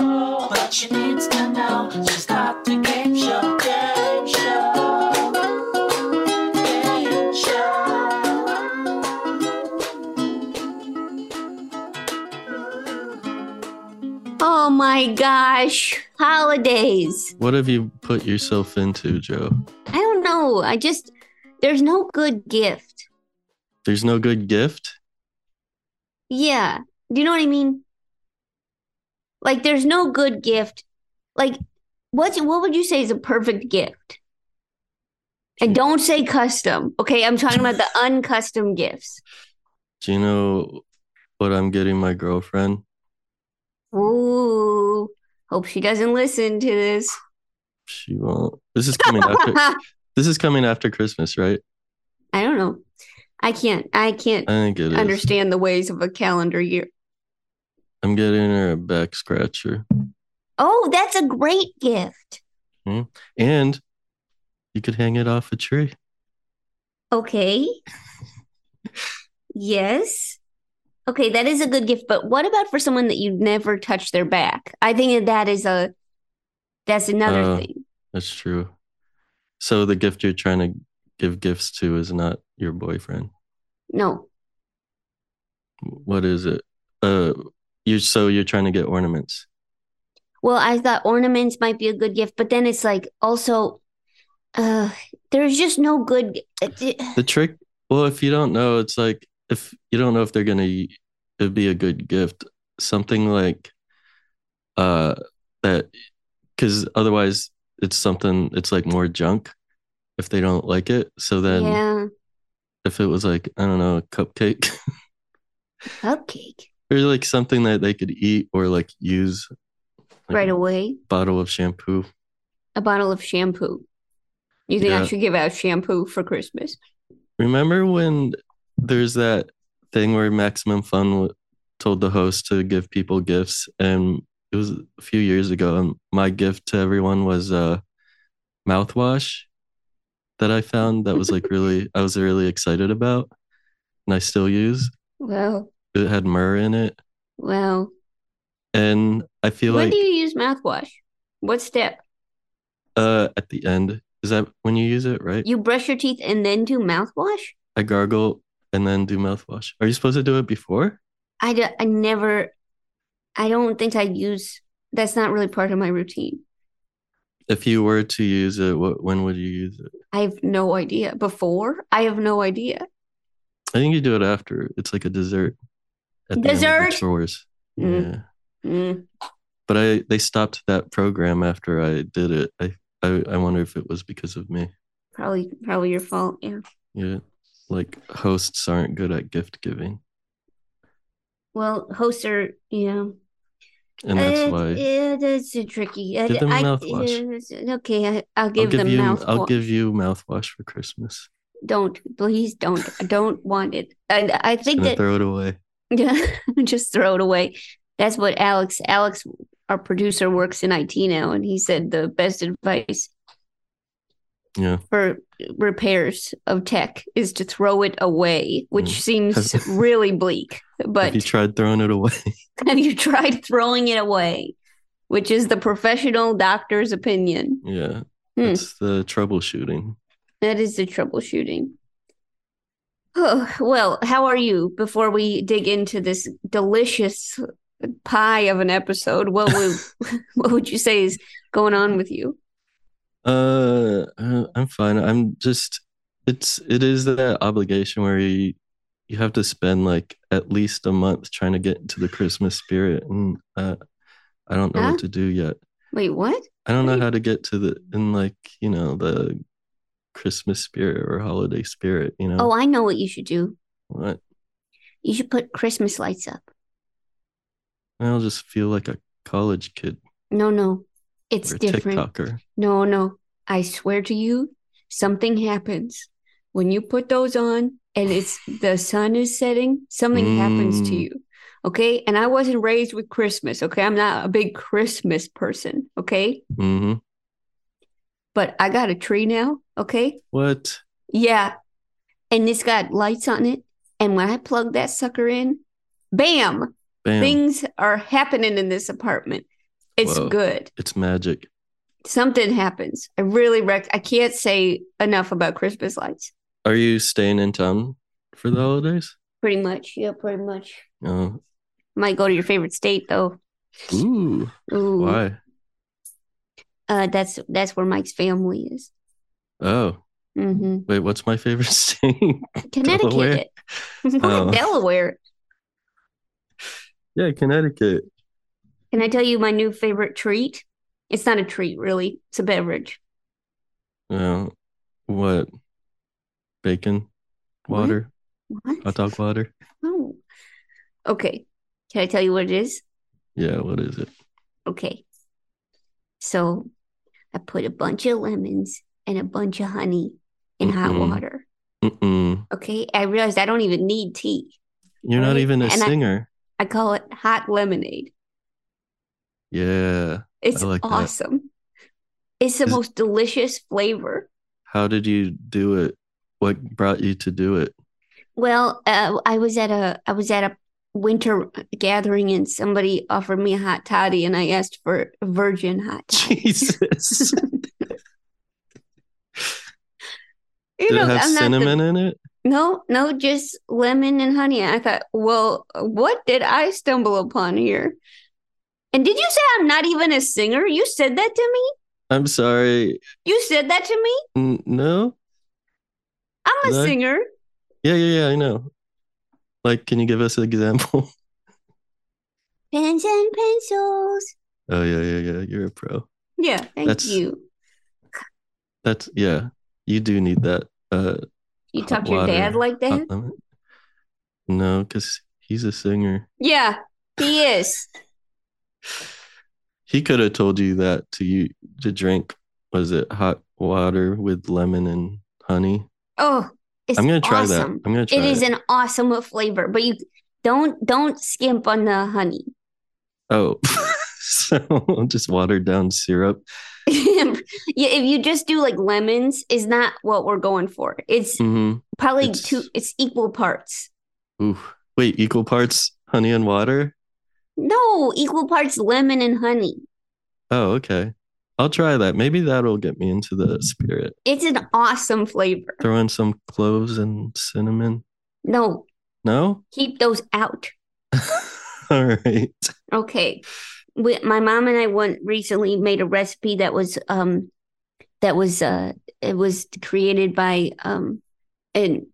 what she needs to know. She's got the game show, game show, game show. Oh my gosh, holidays. What have you put yourself into, Joe? I don't know. I just, there's no good gift. There's no good gift? Yeah. Do you know what I mean? Like there's no good gift. Like what's what would you say is a perfect gift? And don't say custom. Okay, I'm talking about the uncustom gifts. Do you know what I'm getting my girlfriend? Ooh. Hope she doesn't listen to this. She won't. This is coming after This is coming after Christmas, right? I don't know. I can't I can't I think it is. understand the ways of a calendar year. I'm getting her a back scratcher. Oh, that's a great gift. Mm. And you could hang it off a tree. Okay. yes. Okay, that is a good gift, but what about for someone that you've never touched their back? I think that, that is a that's another Uh, thing. That's true. So the gift you're trying to give gifts to is not your boyfriend. No. What is it? Uh you so you're trying to get ornaments. Well, I thought ornaments might be a good gift, but then it's like also uh there's just no good uh, The trick, well, if you don't know, it's like if you don't know if they're gonna it'd be a good gift. Something like uh that because otherwise it's something it's like more junk if they don't like it. So then Yeah. if it was like, I don't know, a cupcake Cupcake or like something that they could eat or like use like right a away. bottle of shampoo. a bottle of shampoo. You think I Yeah. should give out shampoo for Christmas? Remember when there's that thing where Maximum Fun w- told the host to give people gifts, and it was a few years ago. And my gift to everyone was uh, mouthwash that I found that was like really I was really excited about, and I still use. Wow, It had myrrh in it, wow. and I feel when like do you use mouthwash? What step? uh, at the end is that when you use it, right? You brush your teeth and then do mouthwash? I gargle and then do mouthwash. Are you supposed to do it before? I, d- I never, I don't think I use, that's not really part of my routine. If you were to use it, what when would you use it? I have no idea. Before, I have no idea. I think you do it after. It's like a dessert. At the end of the Dessert? chores. Mm. Yeah. Mm. But I they stopped that program after I did it. I, I I wonder if it was because of me. Probably, probably your fault. Yeah. Yeah. Like hosts aren't good at gift giving. Well, hosts are, you know, And that's it, why it is tricky. I- Give them I- mouthwash. Okay, I, I'll I'll give, give them you mouthwash. I'll give you mouthwash for Christmas. don't please don't I don't want it and i think And I that throw it away. just throw it away that's what alex alex our producer works in it now and he said the best advice Yeah. for repairs of tech is to throw it away which Mm. seems Has- really bleak but Have you tried throwing it away? have you tried throwing it away which is the professional doctor's opinion yeah. Hmm. It's the troubleshooting. that is the troubleshooting Oh, well, how are you? Before we dig into this delicious pie of an episode, what would what would you say is going on with you? Uh, uh, I'm fine. I'm just it's it is that obligation where you you have to spend like at least a month trying to get into the Christmas spirit, and uh, I don't know Huh? what to do yet. Wait, what? I don't know Wait. how to get to the in like you know the Christmas spirit or holiday spirit. You know Oh, I know what you should do. what? You should put Christmas lights up. I'll just feel like a college kid No, no. It's or a different. TikToker. No, no. I swear to you, something happens when you put those on and it's the sun is setting, something happens to Mm. you. Okay? And I wasn't raised with Christmas, okay? I'm not a big Christmas person, okay? hmm but I got a tree now. Okay. What? Yeah. And it's got lights on it. And when I plug that sucker in, bam, Bam! things are happening in this apartment. It's Whoa. good. It's magic. Something happens. I really rec. I can't say enough about Christmas lights. Are you staying in town for the holidays? Pretty much. Yeah, pretty much. Oh, Might go to your favorite state though. ooh, Ooh. why? Uh, that's that's where Mike's family is. Oh, hmm wait, what's my favorite state? Connecticut. Oh. Delaware. yeah, Connecticut. Can I tell you my new favorite treat? It's not a treat, really. It's a beverage. Oh, what? Bacon, What? water, What? hot dog water. Oh. Okay. Can I tell you what it is? Yeah, what is it? Okay. So I put a bunch of lemons and a bunch of honey in hot Mm-mm. water. Mm-hmm. Mm-mm. Okay. I realized I don't even need tea. You're not Right? even a And I- singer. I call it hot lemonade. Yeah. It's like that. awesome. It's the Is- most delicious flavor. How did you do it? What brought you to do it? Well, uh, I was at a I was at a winter gathering and somebody offered me a hot toddy and I asked for a virgin hot toddy. Jesus. You Did it know, have I'm not the- cinnamon in it? No, no, just lemon and honey. And I thought, well, what did I stumble upon here? And did you say I'm not even a singer? You said that to me? I'm sorry. You said that to me? N- No? I'm a Did I? singer. Yeah, yeah, yeah, I know. Like, can you give us an example? Pens and pencils. Oh, yeah, yeah, yeah. You're a pro. Yeah, thank That's- you. That's, yeah, you do need that. Uh, You hot talk to your dad water, Uh-huh. like that? hot lemon. No, because he's a singer. Yeah, he is. He could have told you that to you to drink. Was it hot water with lemon and honey? Oh, it's I'm gonna try that. awesome. I'm gonna try It is it. an awesome flavor, but you don't don't skimp on the honey. Oh, so just watered down syrup. yeah, if you just do like lemons, is not what we're going for. It's hmm probably It's- two. It's equal parts. Ooh, wait, equal parts honey and water. No, equal parts lemon and honey. Oh, okay. I'll try that. Maybe that'll get me into the spirit. It's an awesome flavor. Throw in some cloves and cinnamon. No, No. keep those out. All right. Okay, we, my mom and I went recently made a recipe that was um that was uh it was created by um an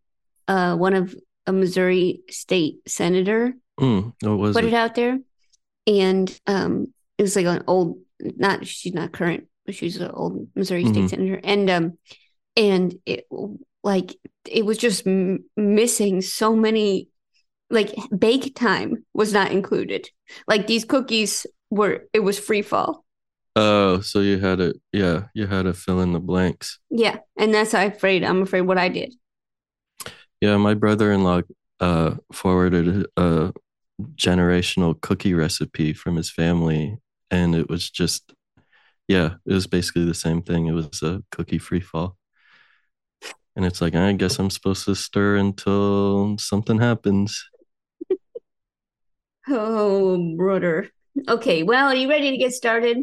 uh one of a Missouri state senator. Mm, what was put it? it out there. And um it was like an old not she's not current, but she's an old Missouri Mhm. state senator. And um and it like it was just m- missing so many like bake time was not included. Like these cookies were it was free fall. Oh, so you had to, yeah, you had to fill in the blanks. Yeah. And that's I'm afraid I'm afraid what I did. Yeah, my brother-in-law uh, forwarded a generational cookie recipe from his family, and it was just, yeah, it was basically the same thing. It was a cookie free fall, and it's like I guess I'm supposed to stir until something happens. Oh brother. Okay, well, are you ready to get started?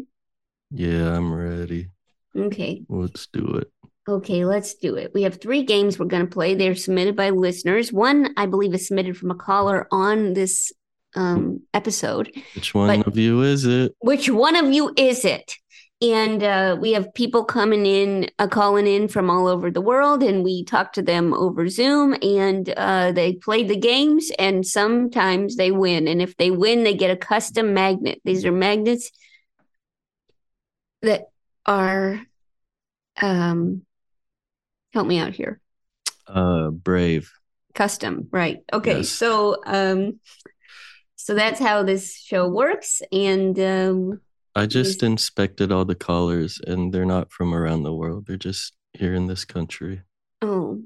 Yeah, I'm ready. Okay. Let's do it. Okay, let's do it. We have three games we're going to play. They're submitted by listeners. One, I believe, is submitted from a caller on this um, episode. Which one But- of you is it? Which one of you is it? And uh, we have people coming in, uh, calling in from all over the world, and we talk to them over Zoom. And uh, they play the games, and sometimes they win. And if they win, they get a custom magnet. These are magnets that are, um, help me out here. Uh, brave. custom right okay Yes. so um so that's how this show works and um I just inspected all the callers, and they're not from around the world. They're just here in this country. oh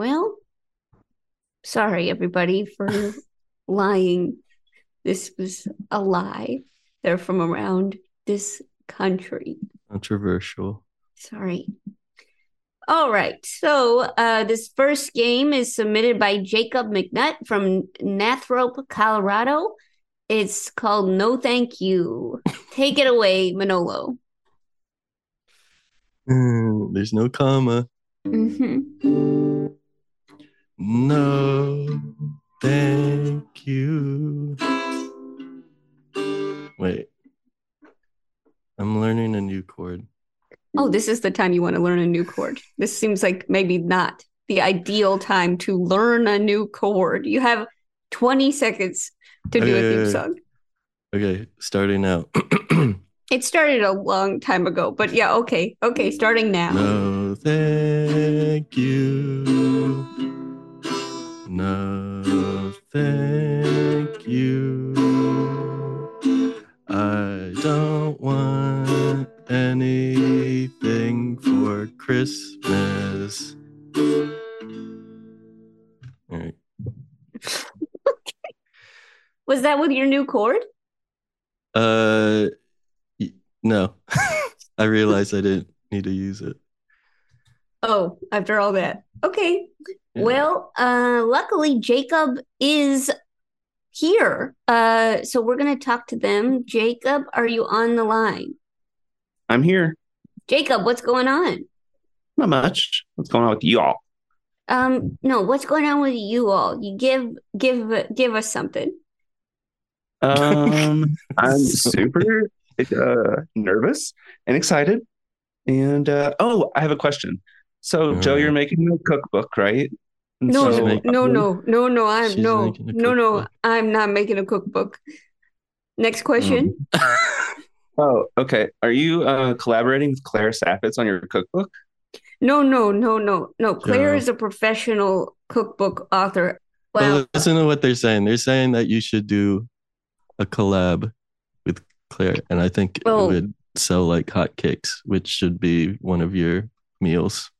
well sorry everybody for lying this was a lie they're from around this country Controversial. Sorry. All right. So uh, this first game is submitted by Jacob McNutt from Nathrop, Colorado. It's called No Thank You. Take it away, Manolo. Mm, There's no comma. hmm No, thank you. Wait. I'm learning a new chord. Oh, this is the time you want to learn a new chord. This seems like maybe not the ideal time to learn a new chord. You have 20 seconds to do a theme Okay. song. Okay, starting out. It started a long time ago, but yeah, okay. Okay, starting now. no, thank you. No, thank you. I don't want anything for Christmas. All right. Was that with your new chord? Uh, y- no. I realized I didn't need to use it. Oh, after all that. Okay. Yeah. Well, uh luckily Jacob is here. Uh so we're going to talk to them. Jacob, are you on the line? I'm here. Jacob, what's going on? Not much. What's going on with y'all? Um no, what's going on with you all? You give give give us something. Um, I'm So- super uh, nervous and excited. And uh, oh, I have a question. So, Joe, Alright. you're making a cookbook, right? And No, She's so- making- no, no, no, no, I'm She's no, making a no, no, cookbook. I'm not making a cookbook. Next question. Oh, okay. Are you uh, collaborating with Claire Saffitz on your cookbook? No, no, no, no, no. Claire Joe. is a professional cookbook author. Well, Well, listen to what they're saying. They're saying that you should do a collab with Claire, and I think Oh. it would sell like hotcakes, which should be one of your meals.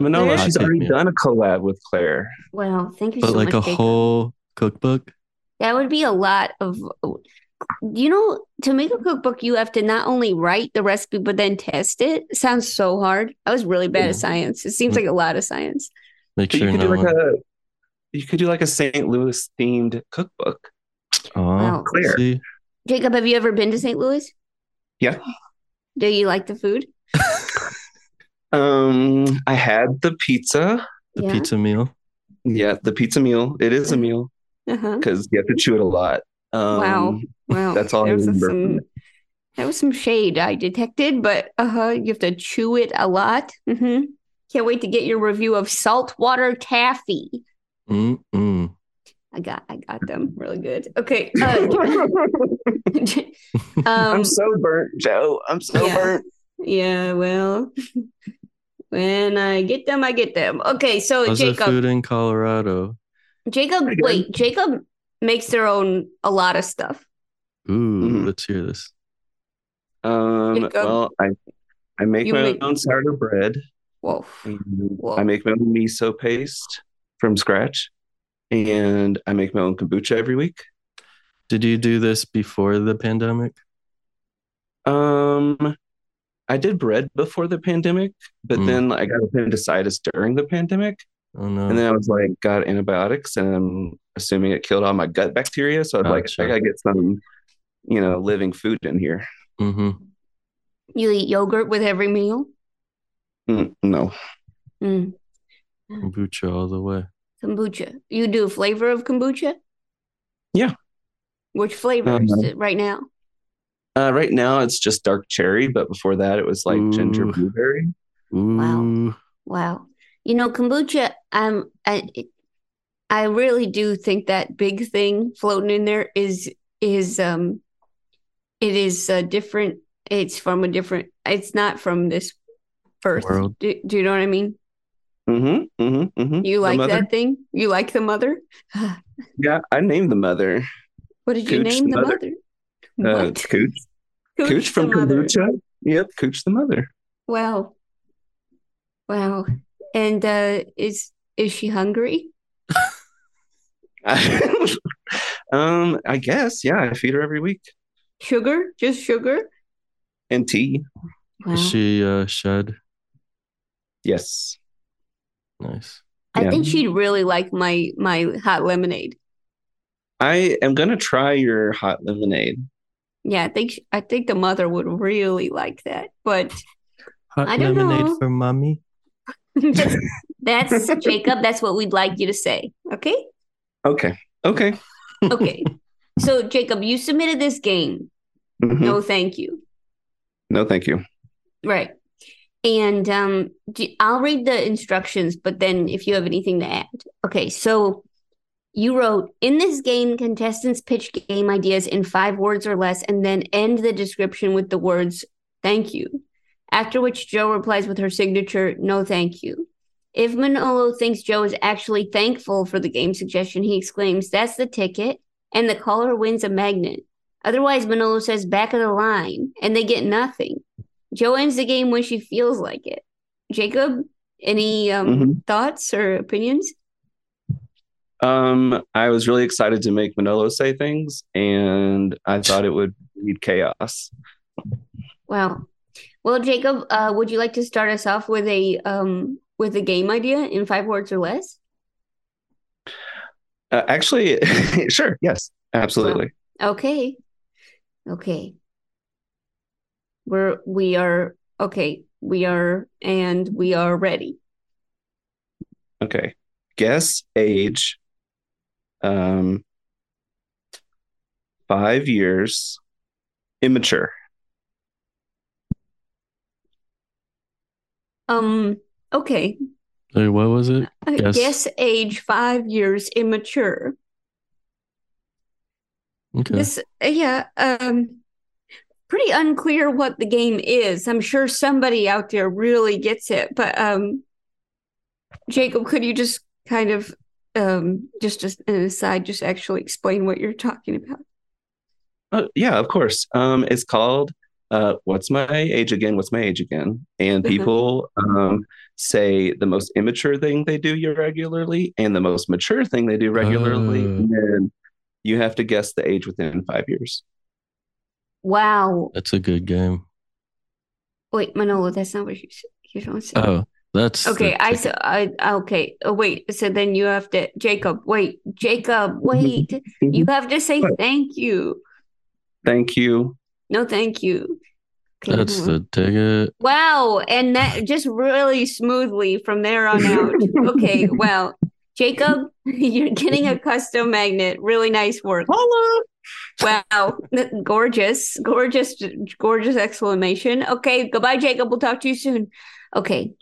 Manolo, Claire- she's Hot take already me. done a collab with Claire. well, thank you But so like much, a Jacob. whole cookbook. That would be a lot of, you know, to make a cookbook, you have to not only write the recipe, but then test it. Sounds so hard. I was really bad Yeah. at science. It seems Mm. like a lot of science. Make But you sure could do no like one. a you could do like a St. Louis themed cookbook. Aw, Wow. Claire. Oh, see, Jacob, have you ever been to St. Louis? Yeah. Do you like the food? Um, I had the pizza. the Yeah. pizza meal. Yeah, the pizza meal. It is a meal. Uh-huh. because you have to chew it a lot. Um, Wow. Wow. That's all I There was remember from some, it. That was some shade I detected, but uh-huh, you have to chew it a lot. hmm Can't wait to get your review of saltwater taffy. Mm-mm. I got, I got them really good. Okay, uh, um, I'm so burnt, Joe. I'm so yeah. burnt. yeah. Well, when I get them, I get them. Okay, so How's the Oh, Jacob, food in Colorado? Jacob, Pretty good. wait, Jacob makes their own a lot of stuff. Ooh, Mhm. let's hear this. Um, Jacob, well, I I make you my make- own sourdough bread. Whoa. and Whoa. I make my own miso paste from scratch, and I make my own kombucha every week. Did you do this before the pandemic? Um, I did bread before the pandemic, but Mm. then I got appendicitis during the pandemic, Oh no. and then I was like, got antibiotics, and I'm assuming it killed all my gut bacteria. So I was Gotcha. like, I gotta get some, you know, living food in here. hmm You eat yogurt with every meal. Mm, no. Mm, Kombucha all the way. kombucha. You do a flavor of kombucha? Yeah. Which flavors Um, is it right now? Uh, right now it's just dark cherry, but before that it was like ginger Ooh. blueberry. Ooh. Wow. You know, kombucha, um, I, it- I really do think that big thing floating in there is, is, um, it is a different, it's from a different, it's not from this earth. World. Do, do you know what I mean? Mm-hmm. Mm-hmm. mm-hmm. You like that thing? You like the mother? Yeah, I named the mother. What did you Cooch name the the mother. mother? Uh, What? Cooch. Cooch, Cooch from the mother. kombucha. Yep, Cooch the mother. Wow. Wow. And uh is is she hungry? um, I guess. Yeah, I feed her every week Sugar? Just sugar? and tea. Wow. Is she uh, shed? Yes. Nice. I Yeah. think she'd really like my my hot lemonade. I am gonna try your hot lemonade. Yeah, I think sh- I think the mother would really like that. But Hot I don't lemonade know. for mommy. that's, that's Jacob. That's what we'd like you to say. Okay. Okay. Okay. Okay. so Jacob, you submitted this game. Mm-hmm. Mhm. No. No, thank you. thank you. Right. And um, do- I'll read the instructions, but then if you have anything to add. Okay. So you wrote in this game, contestants pitch game ideas in five words or less, and then end the description with the words, thank you. After which Joe replies with her signature, no, thank you. If Manolo thinks Joe is actually thankful for the game suggestion, he exclaims, that's the ticket. And the caller wins a magnet. Otherwise, Manolo says, back of the line, and they get nothing. Joe ends the game when she feels like it. Jacob, any um, Mhm. thoughts or opinions? Um, I was really excited to make Manolo say things, and I thought it would lead chaos. Wow. Well, Jacob, uh, would you like to start us off with a um, with a game idea in five words or less? Uh, actually, sure. Yes, absolutely. Okay. Okay. We're we are okay. We are and we are ready. Okay. Guess age. Um, five years. Immature. Um. Okay. Wait, what was it? I Guess. Uh, guess age five years immature. Okay. This, uh, yeah, um, pretty unclear what the game is. I'm sure somebody out there really gets it, but um, Jacob, could you just kind of, um, just as an aside, just actually explain what you're talking about? Oh, yeah, of course. Um, it's called uh, "What's My Age Again?" What's my age again? And Uh-huh. people um, say the most immature thing they do regularly, and the most mature thing they do regularly. Oh. And then you have to guess the age within five years. Wow. That's a good game. Wait, Manolo, that's not what you said. You don't say. Oh, that's the Okay, I ticket. so I okay. Oh wait, so then you have to Jacob, wait, Jacob, wait. Mm-hmm. You have to say What? thank you. Thank you. No, thank you. Okay, That's hold on. the ticket. Wow, and that just really smoothly from there on out. Okay, well, Jacob, you're getting a custom magnet. Really nice work. Holla! Wow, gorgeous, gorgeous, gorgeous exclamation. Okay, goodbye, Jacob. We'll talk to you soon. Okay,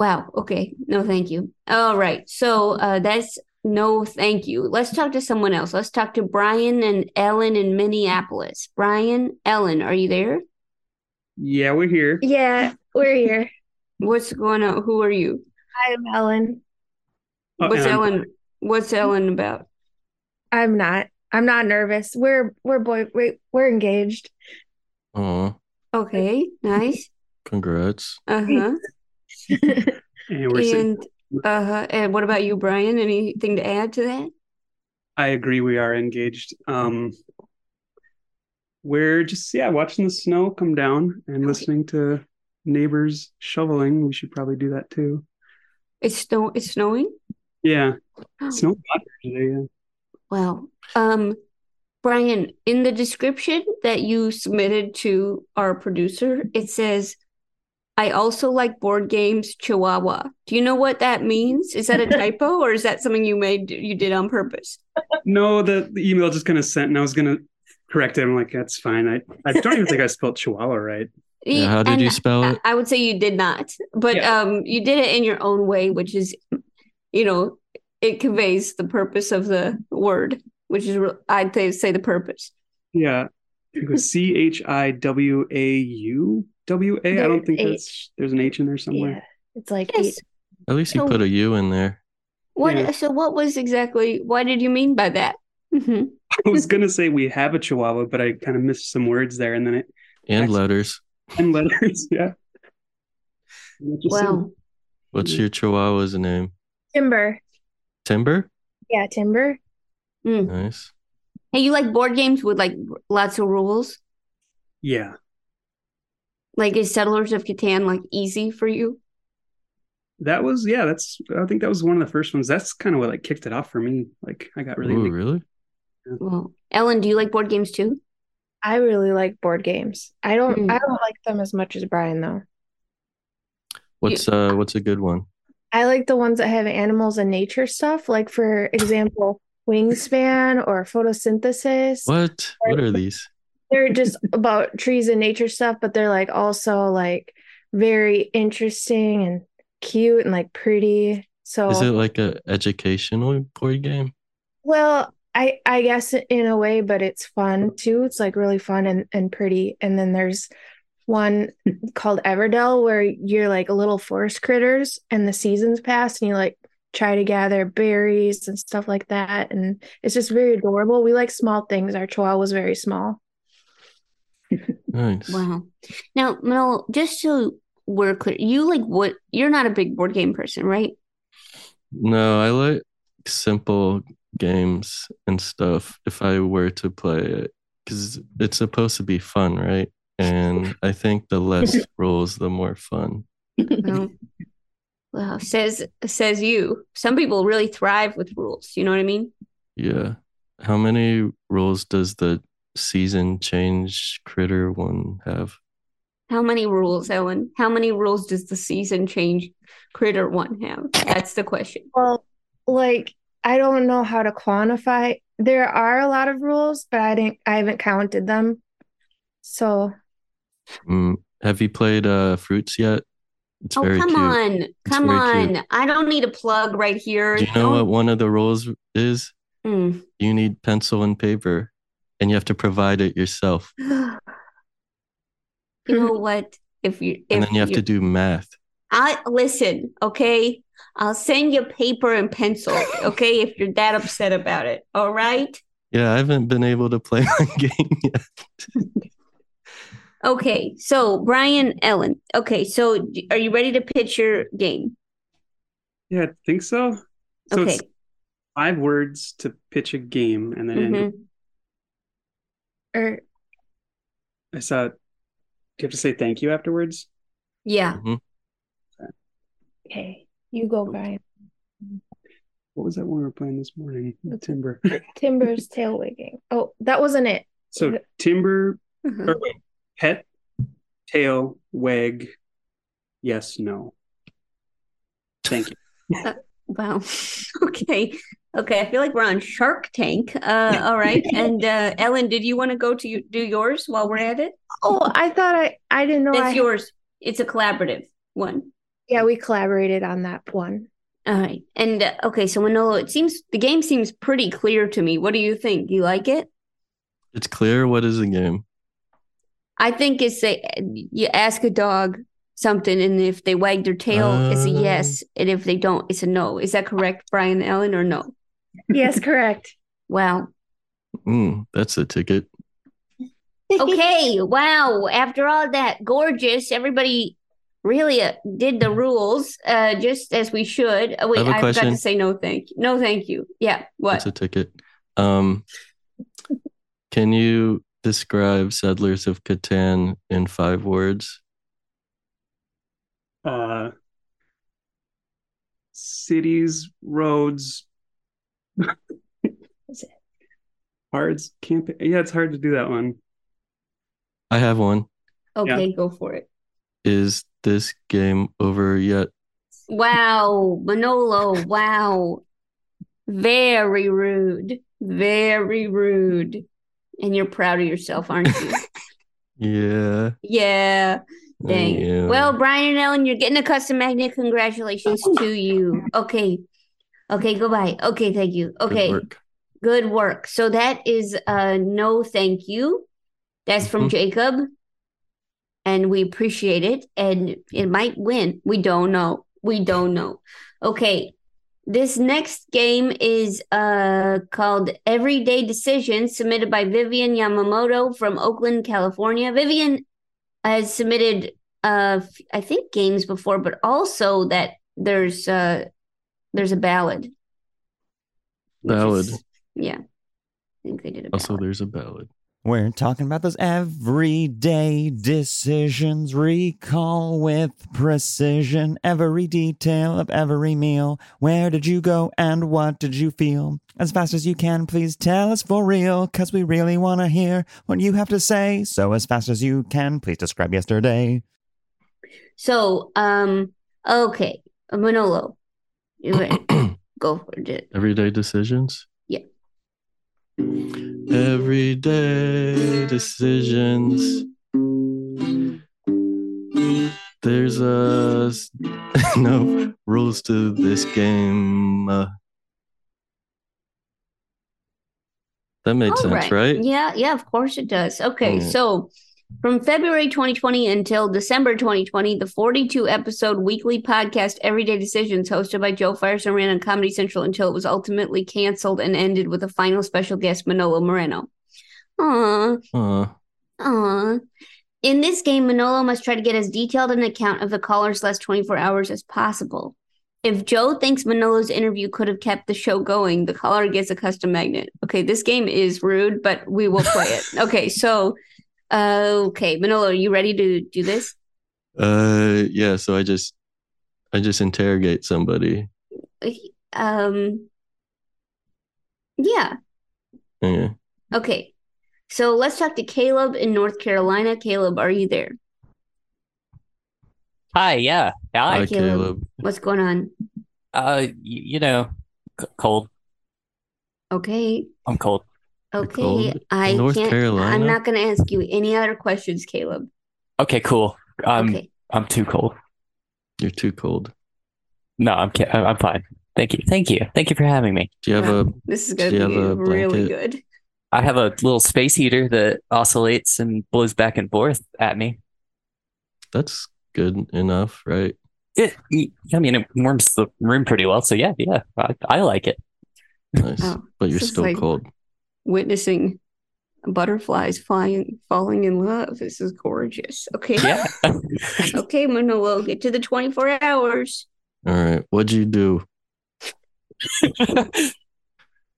wow. Okay, no, thank you. All right, so uh, that's no, thank you. Let's talk to someone else. Let's talk to Brian and Ellen in Minneapolis. Brian, Ellen, are you there? Yeah, we're here. Yeah, we're here. What's going on? Who are you? Hi, I'm Ellen. Uh, What's and I'm- Ellen? What's Ellen about? I'm not. I'm not nervous. We're we're boy we, we're engaged. Oh, Okay, nice. congrats. Uh huh. and we're sitting- And uh huh. And what about you, Brian? Anything to add to that? I agree, we are engaged. Um, we're just yeah, watching the snow come down Oh, and listening to neighbors shoveling. We should probably do that too. It's snow. It's snowing. Yeah, snow got here today. yeah. Wow. Um, Brian, in the description that you submitted to our producer, it says, "I also like board games, Chihuahua." Do you know what that means? Is that a typo, or is that something you made you did on purpose? No, the, the email just kind of sent, and I was gonna correct it. I'm like, that's fine. I I don't even think I spelled Chihuahua right. Yeah, how did And you spell I- it? I would say you did not, but Oh. Yeah. um, you did it in your own way, which is, you know, it conveys the purpose of the word, which is re- I'd say- say the purpose. Yeah, I think it was C H I W A U W A. I don't think There's that's there's an H in there somewhere. Yeah, it's like Yes. eight- At least you So- put a U in there. What? Yeah. So what was exactly? What did you mean by that? Mm-hmm. Mhm. I was gonna say we have a Chihuahua, but I kind of missed some words there, and then it And Excellent. letters. and letters. Yeah. Just Wow. What's Mhm. your chihuahua's name? timber. Timber? Yeah, timber. Mm. Nice. Hey, you like board games with like r- lots of rules? Yeah. Like is Settlers of Catan like easy for you? That was yeah. That's I think that was one of the first ones. That's kind of what like kicked it off for me. Like I got really Ooh, into really? Well, Ellen, do you like board games too? I really like board games. I don't Mm. I don't like them as much as Brian though. What's uh what's a good one? I like the ones that have animals and nature stuff, like for example, wingspan or photosynthesis. What what are these? They're just about trees and nature stuff, but they're like also like very interesting and cute and like pretty. So Is it like a educational board game? Well, I I guess in a way, but it's fun too. It's like really fun and, and pretty. And then there's one called Everdell where you're like little forest critters and the seasons pass and you like try to gather berries and stuff like that. And it's just very adorable. We like small things. Our chihuahua was very small. Nice. Wow. Now, Manolo, just so we're clear, you like what? You're not a big board game person, right? No, I like simple games and stuff if I were to play it because it's supposed to be fun, right? And I think the less rules, the more fun. Well, well, says says you. Some people really thrive with rules. You know what I mean? Yeah. How many rules does the season change critter one have? How many rules, Ellen? How many rules does the season change critter one have? That's the question. Well, like I don't know how to quantify. There are a lot of rules, but I didn't I haven't counted them. So Mm. Have you played uh Fruits yet? It's oh, very come cute. on. Come very on. cute. I don't need a plug right here. Do you know what one of the rules is? Don't- You need pencil and paper and you have to provide it yourself. Mm. you know what? If you if And then you have you- to do math. I listen, okay? I'll send you paper and pencil, okay, if you're that upset about it. All right? Yeah, I haven't been able to play my game yet. Okay. So, Brian Ellen. Okay, so d- are you ready to pitch your game? Yeah, I think so. So Okay. it's five words to pitch a game, and then Mhm. mm-hmm. or I saw. Do you have to say thank you afterwards? Yeah. Mhm. okay, you go, Brian. What was that one we were playing this morning? Timber. Timber's tail wagging. Oh, that wasn't it. so timber, Mhm. Mm-hmm. or wait, pet, tail, wag, yes, no. Thank you. Wow. okay. Okay, I feel like we're on Shark Tank. Uh all right. And uh Ellen, did you want to go to you- do yours while we're at it? Oh, I thought I I didn't know. I, That's yours. It's a collaborative one. yeah, we collaborated on that one. All right. And uh, okay, so Manolo, it seems the game seems pretty clear to me. What do you think? You like it? It's clear what is the game. I think it's a you ask a dog something, and if they wag their tail, it's a Oh. yes, and if they don't, it's a no. Is that correct, Brian Allen, or no? Yes, correct. Wow. Mm, that's a ticket. Okay. wow. After all that, gorgeous. Everybody really uh, did the rules, uh, just as we should. Oh, wait, have a I forgot question. to say no. Thank you. No, thank you. Yeah. What? That's a ticket. Um, can you describe Settlers of Catan in five words? Uh, cities, roads. Is it? Hard camp. Yeah, it's hard to do that one. I have one. okay, go for it. Is this game over yet? Wow, Manolo, wow. Very rude. Very rude. And you're proud of yourself, aren't you? Yeah. yeah. Dang. Yeah. Well, Brian and Ellen, you're getting a custom magnet. Congratulations to you. Okay. Okay, goodbye. Okay, thank you. Good Okay. work. Good work. So that is uh no thank you. That's from Mhm. Jacob. And we appreciate it. And it might win. We don't know. We don't know. Okay. This next game is uh called Everyday Decisions, submitted by Vivian Yamamoto from Oakland, California. Vivian has submitted uh f- I think games before, but also that there's uh there's a ballad. which Ballad. is- yeah. I think they did a ballad. Also, there's a ballad. We're talking about those everyday decisions. Recall with precision every detail of every meal. Where did you go and what did you feel? As fast as you can, please tell us for real, because we really want to hear what you have to say. So, as fast as you can, please describe yesterday. So, um, okay, Manolo, you ready? go for it. Everyday decisions? Yeah. Everyday decisions. There's uh, s- no rules to this game. Uh, that makes All sense, right? Hmm. Yeah, yeah, of course it does. Okay, Yeah. so from February 2020 until December 2020, the 42 episode weekly podcast Everyday Decisions, hosted by Joe Firestone, ran on Comedy Central until it was ultimately canceled and ended with a final special guest, Manolo Moreno. Aww. Uh, Aw. In this game, Manolo must try to get as detailed an account of the caller's last 24 hours as possible. If Joe thinks Manolo's interview could have kept the show going, the caller gets a custom magnet. Okay, this game is rude, but we will play it. Okay, so, uh, okay, Manolo, are you ready to do this? uh, yeah. So I just, I just interrogate somebody. Um, yeah, Yeah. okay. So let's talk to Caleb in North Carolina. Caleb, are you there? Hi, yeah. Hi. Hi, Caleb. Caleb. What's going on? Uh, you, you know, c- cold. Okay, I'm cold. Okay, cold. I North can't. I'm Carolina? not going to ask you any other questions, Caleb. Okay, cool. I'm okay. I'm too cold. You're too cold. No, I'm ki- I'm I'm fine. Thank you. Thank you. Thank you for having me. Do you have a? This is do going you to have be a really blanket? good. I have a little space heater that oscillates and blows back and forth at me. That's good enough, right? It, y- I mean, it warms the room pretty well. So yeah, yeah, I, I like it. Nice. Oh, but you're this is still like- cold. Witnessing butterflies flying, falling in love. This is gorgeous. Okay. Yeah. Okay, Manolo, get to the 24 hours. All right. What'd you do?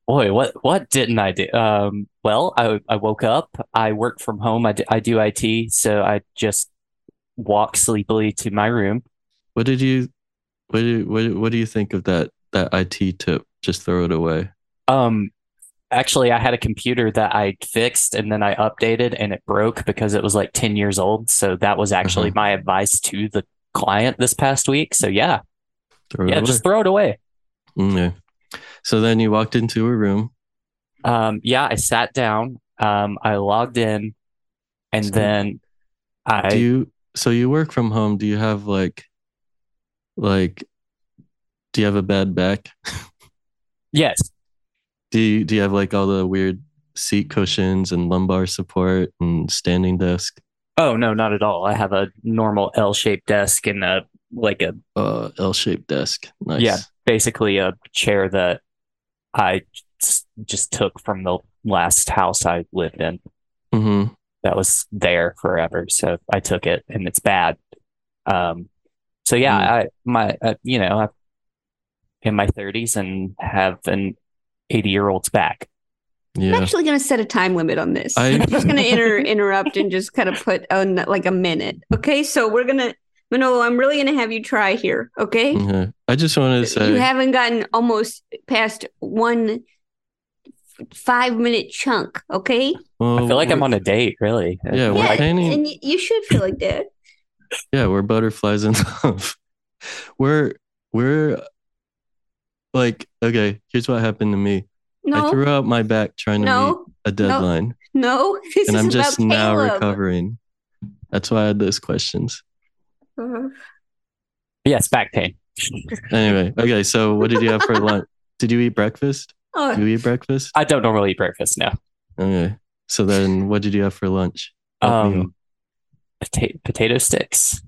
Boy, what what didn't I do? Um, well, I I woke up. I work from home. I d- I do IT, so I just walk sleepily to my room. What did you? What do you, what, do- what do you think of that that IT tip? Just throw it away. Um, actually, I had a computer that I fixed and then I updated, and it broke because it was like ten years old. So that was actually Uh-huh. my advice to the client this past week. So yeah, Throw yeah, it away. just throw it away. Mm, yeah. So then you walked into a room. Um, yeah, I sat down. Um, I logged in, and So- then Do I you? So you work from home. Do you have like, like, do you have a bad back? yes. Do you do you have like all the weird seat cushions and lumbar support and standing desk? Oh no, not at all. I have a normal L-shaped desk and a like a Uh, L-shaped desk. Nice. Yeah. basically a chair that I s- just took from the last house I lived in hmm that was there forever. So I took it and it's bad. Um, so yeah, Mm. I my uh, you know I'm in my 30s and have an 80 year old's back. I'm Yeah. actually going to set a time limit on this. I, I- am just going to inter- interrupt and just kind of put on like a minute. Okay, so we're going to, Manolo, I'm really going to have you try here. Okay. Yeah. I just wanted to say. you haven't gotten almost past one five minute chunk okay well, I feel like I'm we're- on a date, really. Yeah, we're yeah painting- and y- you should feel like that Yeah, we're butterflies in love. We're we're like okay. Here's what happened to me. I no threw out my back trying to meet no a deadline, no this and is I'm just about now Caleb. recovering. That's why I had those questions. Uh, Yes, back pain. Anyway, okay. So what did you have for lunch? Did you eat breakfast? oh, Did you eat breakfast? I don't normally eat breakfast now. Okay. So then, what did you have for lunch? Oatmeal. Um, pota- potato sticks.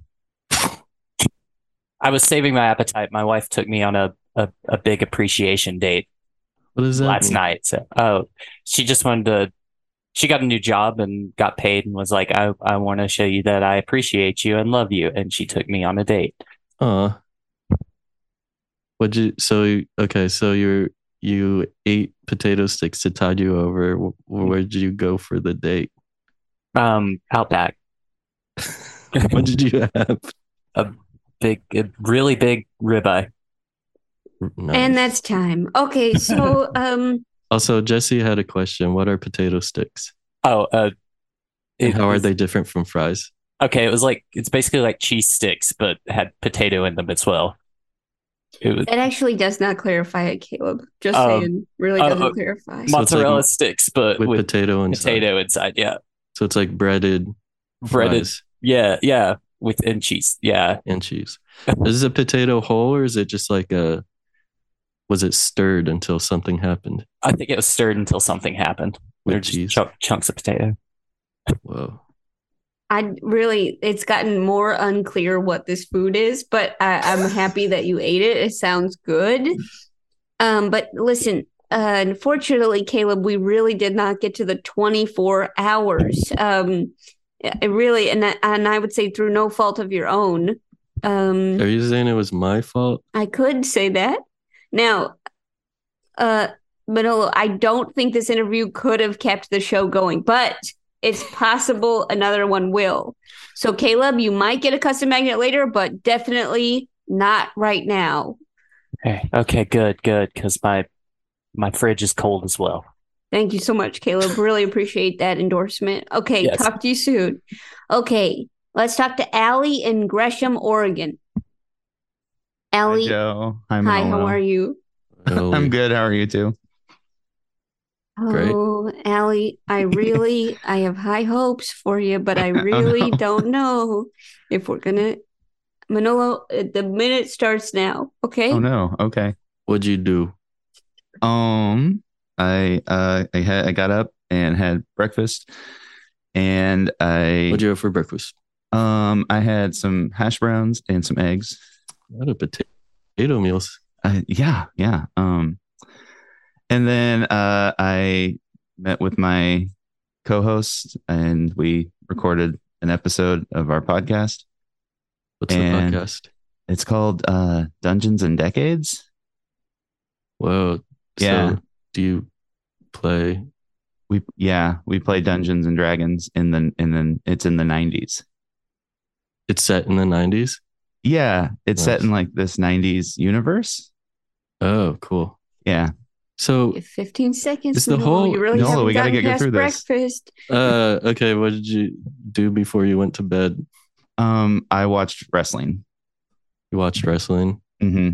I was saving my appetite. My wife took me on a, a, a big appreciation date what is that? last mean? night. So, oh, she just wanted to. She got a new job and got paid and was like, I, I want to show you that I appreciate you and love you. And she took me on a date. Uh, Aw. What'd you? So you- okay. So you're you ate potato sticks to tide you over. Wh- Where did you go for the date? Um, Outback, what did you have? big, a really big ribeye. Nice. And that's time. Okay, so um also Jesse had a question. What are potato sticks? Oh, uh, And it how are was- they different from fries? Okay, it was like it's basically like cheese sticks, but had potato in them as well. It was that actually does not clarify it, Caleb. Just Um, saying. Really uh, doesn't uh, clarify. so it's like mozzarella m- sticks, but With, with, potato and potato inside. Yeah, So it's like breaded, breaded. fries Yeah, yeah, with and cheese. Yeah, and cheese. is it a potato whole or is it just like a? Was it stirred until something happened I think it was stirred until something happened. They're with just cheese? chunk- chunks of potato. Whoa. I really it's gotten more unclear what this food is, but I, I'm happy that you ate it. It sounds good. Um, but listen, uh, unfortunately, Caleb, we really did not get to the 24 hours. Um, it really, and I, and I would say through no fault of your own. Um, Are you saying it was my fault? I could say that. Now, uh, Manolo, I don't think this interview could have kept the show going, but it's possible another one will. So, Caleb, you might get a custom magnet later, but definitely not right now. Okay, okay, good, good, because my my fridge is cold as well. Thank you so much, Caleb. Really appreciate that endorsement. Okay, Yes. talk to you soon. Okay, let's talk to Allie in Gresham, Oregon. Allie, Hi, Joe. Hi, hi, how Manolo. are you? Oh, I'm good. How are you two? Great. Oh, Allie, I really I have high hopes for you, but I really no. don't know if we're gonna Manolo, uh, the minute starts now, okay? Oh no. Okay. What'd you do? Um, I uh, I had I got up and had breakfast, and I What'd you have for breakfast? um I had some hash browns and some eggs. What a potato, potato meals. I, yeah, yeah. Um, and then uh, I met with my co-host, and we recorded an episode of our podcast. What's And- the podcast? It's called uh, Dungeons and Decades. Whoa. Yeah. So do you play? We yeah, we play Dungeons and Dragons in the and then it's in the 90s. It's set in the 90s? Yeah, it's set Nice. in like this 90s universe. Oh, cool. Yeah. So, You have 15 seconds. It's the Manolo, whole- you really Manolo, haven't we gotta get- gotten get past through this. breakfast. uh, okay, what did you do before you went to bed? Um I watched wrestling. You watched wrestling? hmm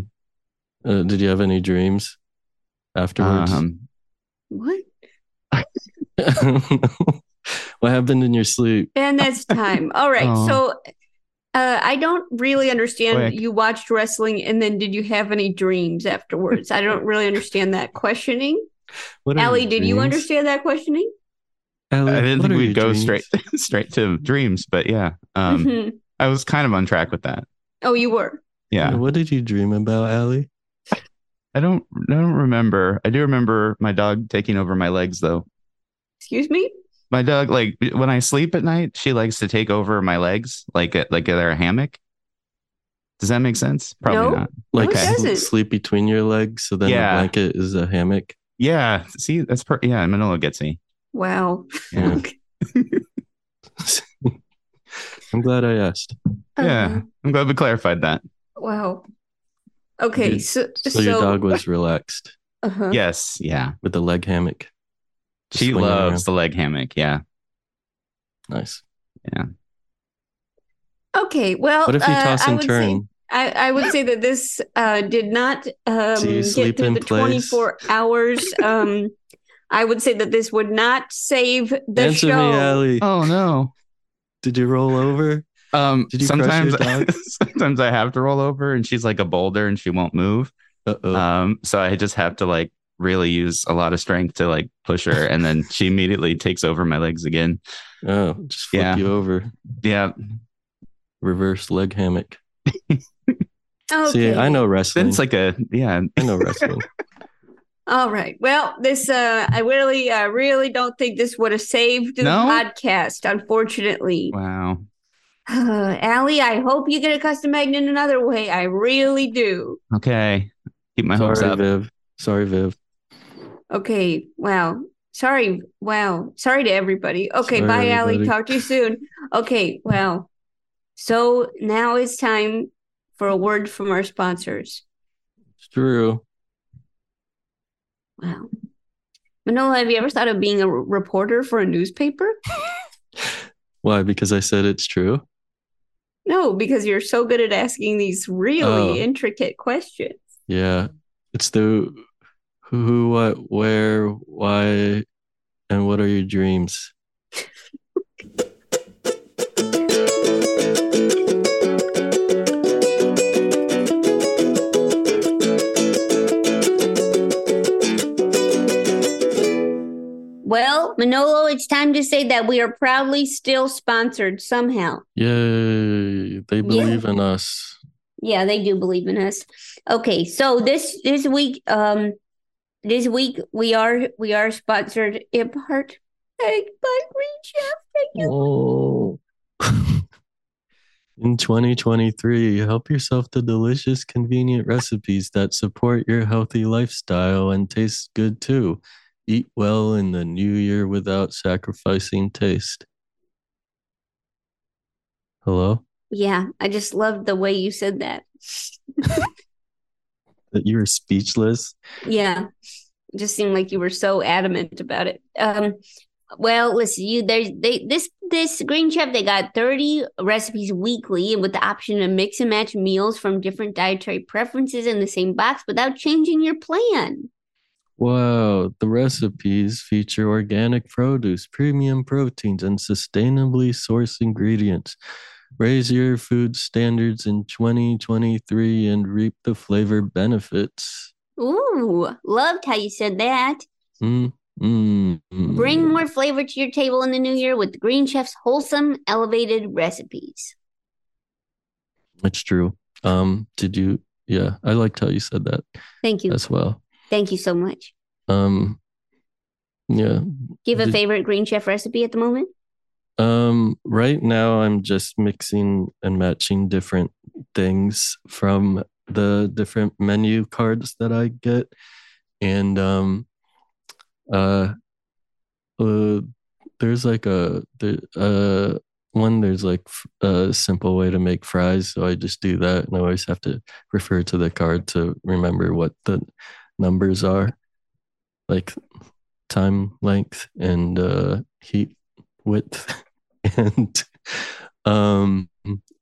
Uh, did you have any dreams afterwards? Um What? what happened in your sleep? And that's time. All right. Oh. So uh, I don't really understand. Quick. You watched wrestling, and then did you have any dreams afterwards? I don't really understand that questioning. What are Allie, your did you dreams? understand that questioning? Allie, I didn't what think are we'd go your dreams? straight straight to dreams, but yeah. Um Mhm. I was kind of on track with that. Oh, you were. Yeah. What did you dream about, Allie? I don't I don't remember. I do remember my dog taking over my legs though. Excuse me? My dog like when I sleep at night, she likes to take over my legs like a, like they're a hammock. Does that make sense? Probably No. not. Like it sl- doesn't. sleep between your legs, so then Yeah. the blanket is a hammock. Yeah. See, that's per yeah, Manolo gets me. Wow. Yeah. Okay. I'm glad I asked. Yeah. Uh, I'm glad we clarified that. wow. Okay. Your- so, So, your dog was relaxed uh-huh. Yes. Yeah. with the leg hammock. Just She swinging around. loves the leg hammock. Yeah. Nice. Okay. Well, What if you uh, toss I and would Say, turn? I, I would say that this uh, did not um, get sleep through in the place? 24 hours. Um, I would say that this would not save the Answer show. me, Allie. Oh no. Did you roll over? Um Did you crush sometimes your dog? sometimes I have to roll over and she's like a boulder and she won't move. Uh oh. Um so I just have to like really use a lot of strength to like push her and then she immediately takes over my legs again. oh, just flip yeah. you over. Yeah. Reverse leg hammock. Okay. See, I know Then wrestling. it's like a yeah. I know wrestling. All right. Well, this uh I really I really don't think this would have saved the No? podcast, unfortunately. Wow. Uh, Allie, I hope you get a custom magnet another way. I really do. Okay. Keep my hopes Sorry, up. Viv. Sorry, Viv. Okay. Wow. Sorry. Wow. Sorry to everybody. Okay. Sorry, bye, Allie. everybody. Talk to you soon. Okay. Wow. So now it's time for a word from our sponsors. It's true. Wow. Manola, have you ever thought of being a r- reporter for a newspaper? Why? Because I said it's true. No, because you're so good at asking these really Oh. intricate questions. Yeah. It's the who, what, where, why, and what are your dreams? Well, Manolo, it's time to say that we are proudly still sponsored somehow. Yay. They believe in us. Yeah, they do believe in us. Okay, so this this week, um, this week we are we are sponsored in part by by Green Chef. Thank you. Oh. In 2023, help yourself to delicious, convenient recipes that support your healthy lifestyle and taste good too. Eat well in the new year without sacrificing taste. Hello? Yeah, I just loved the way you said that. That you were speechless? Yeah, it just seemed like you were so adamant about it. Um, well, listen, you there's they this this Green Chef they got thirty recipes weekly with the option to mix and match meals from different dietary preferences in the same box without changing your plan. Wow, the recipes feature organic produce, premium proteins, and sustainably sourced ingredients. Raise your food standards in 2023 and reap the flavor benefits. Ooh, loved how you said that. Mm, mm, mm. Bring more flavor to your table in the new year with Green Chef's wholesome, elevated recipes. It's true. Um, did you? Yeah, I liked how you said that Thank you. as well. Thank you so much. Um, yeah. Do you have a Did- favorite Green Chef recipe at the moment? Um, right now I'm just mixing and matching different things from the different menu cards that I get. And um uh, uh there's like a there, uh one there's like f- a simple way to make fries, so I just do that and I always have to refer to the card to remember what the numbers are. Like time length and uh heat width and um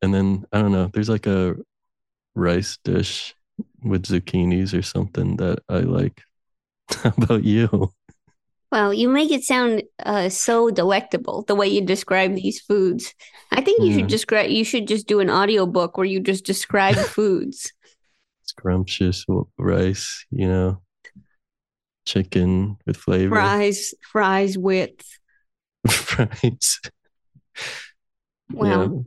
and then i don't know there's like a rice dish with zucchinis or something that i like how about you Well, you make it sound uh, so delectable the way you describe these foods. I think you should Yeah. describe. You should just do an audiobook where you just describe foods. scrumptious w- rice you know chicken with flavor Fries, fries with. fries Wow.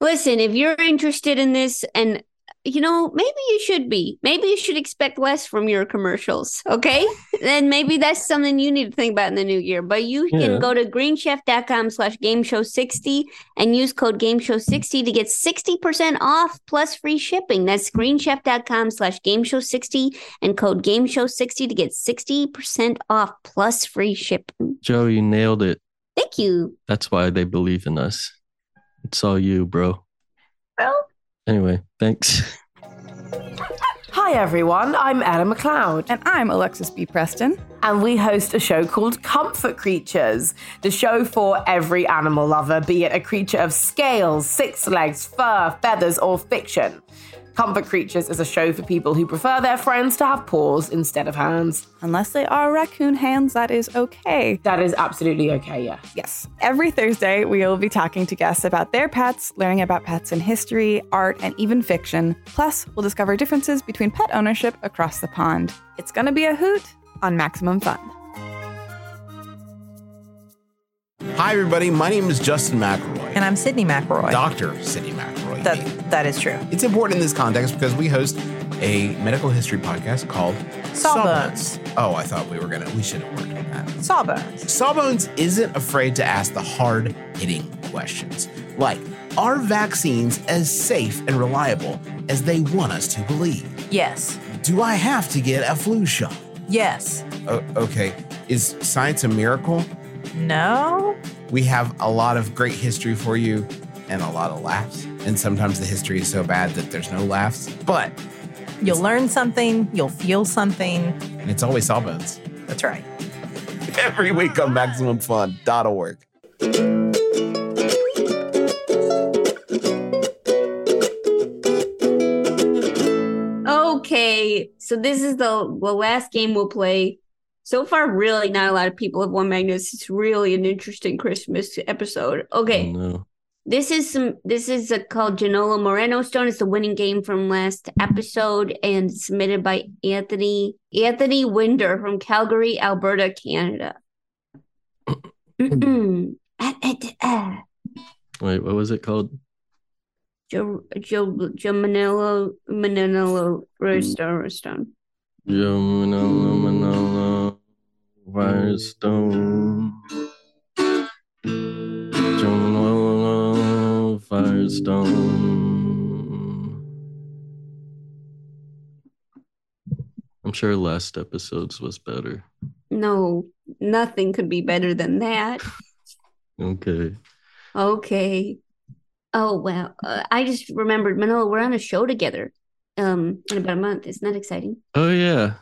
Listen, if you're interested in this, and you know, maybe you should be. Maybe you should expect less from your commercials, okay? then maybe that's something you need to think about in the new year. But you Yeah. can go to greenchef.com slash game show 60 and use code game show 60 to get 60% off plus free shipping. That's greenchef.com slash game show 60 and code game show 60 to get 60% off plus free shipping. joe you nailed it Thank you, that's why they believe in us it's all you bro bro. anyway thanks Hi everyone, I'm Anna McLeod. And I'm Alexis B. Preston. and we host a show called Comfort Creatures, the show for every animal lover, be it a creature of scales, six legs, fur, feathers, or fiction. Comfort Creatures is a show for people who prefer their friends to have paws instead of hands. Unless they are raccoon hands, that is okay. That is absolutely okay, yeah. Yes. Every Thursday, we will be talking to guests about their pets, learning about pets in history, art, and even fiction. Plus, we'll discover differences between pet ownership across the pond. It's going to be a hoot on Maximum Fun. Hi, everybody. My name is Justin McElroy. And I'm Sydney McRoy. Dr. Cindy McElroy. That that is true. It's important in this context because we host a medical history podcast called Sawbones. Oh, I thought we were going to, we should have worked on that. Sawbones. Sawbones isn't afraid to ask the hard hitting questions like, are vaccines as safe and reliable as they want us to believe? Yes. Do I have to get a flu shot? Yes. O- okay. Is science a miracle? No. We have a lot of great history for you and a lot of laughs. And sometimes the history is so bad that there's no laughs, but You'll learn something. You'll feel something. and it's always sawbones. That's right. Every week on MaximumFun.org. Okay, so this is the, the last game we'll play. So far, really not a lot of people have won Magnus. It's really an interesting Christmas episode. Okay, No. this is some. This is a, called Janola Moreno Stone. It's the winning game from last episode and submitted by Anthony Anthony Winder from Calgary, Alberta, Canada. Ah, ah, ah. Wait, what was it called? Jo Jo Jo Manolo Manolo Rostar Stone. Manolo Manolo Firestone. Manolo Firestone. I'm sure last episode's was better. No, nothing could be better than that. Okay. Okay. Oh well, uh, I just remembered, Manolo, we're on a show together. Um, in about a month. Isn't that exciting? Oh yeah.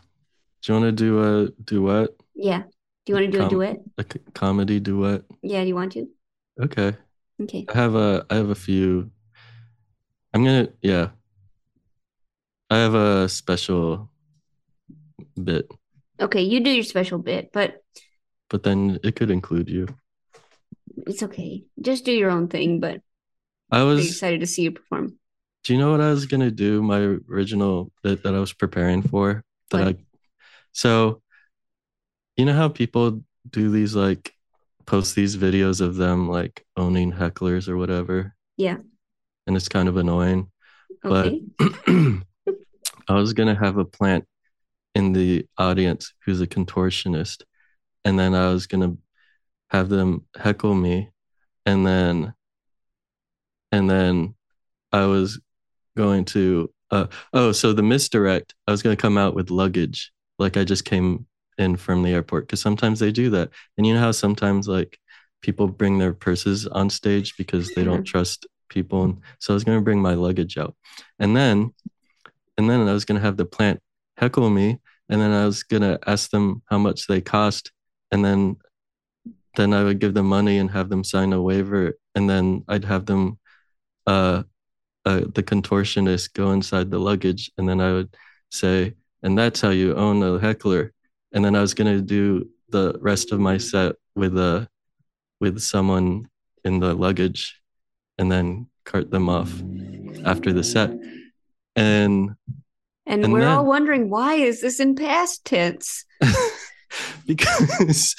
Do you want to do a duet? Yeah. Do you want to do a Com- duet? A c- comedy duet. Yeah. Do you want to? Okay. Okay. I have a I have a few. I'm gonna yeah. I have a special bit, Okay. You do your special bit, but but then it could include you. it's okay. Just do your own thing. But I I'm was excited to see you perform. do you know what I was gonna do? My original bit that I was preparing for that I so you know how people do these like post these videos of them like owning hecklers or whatever? Yeah. and it's kind of annoying. Okay. But I was gonna have a plant in the audience who's a contortionist, and then I was gonna have them heckle me, and then and then I was going to uh, oh, so the misdirect. I was gonna come out with luggage, like I just came in from the airport, because sometimes they do that, and you know how sometimes like people bring their purses on stage because they don't Mhm. trust people. And so I was going to bring my luggage out. And then, and then I was going to have the plant heckle me. And then I was going to ask them how much they cost. And then, then I would give them money and have them sign a waiver. And then I'd have them, uh, uh, the contortionist go inside the luggage. And then I would say, and that's how you own a heckler. And then I was going to do the rest of my set with a, with someone in the luggage and then cart them off after the set. And And And we're all then- wondering why is this in past tense? because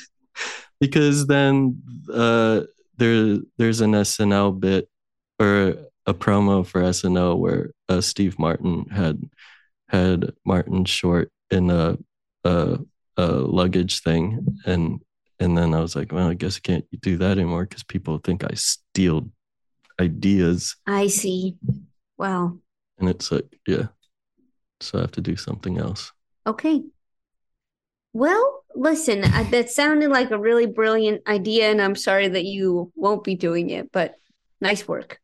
because then uh there there's an SNL bit or a promo for SNL where uh, Steve Martin had had Martin Short in a, a a luggage thing and and then I was like well I guess I can't do that anymore because people think I steal ideas I see. Wow. and it's like yeah so I have to do something else Okay. Well, listen, I, that sounded like a really brilliant idea, and I'm sorry that you won't be doing it, but nice work.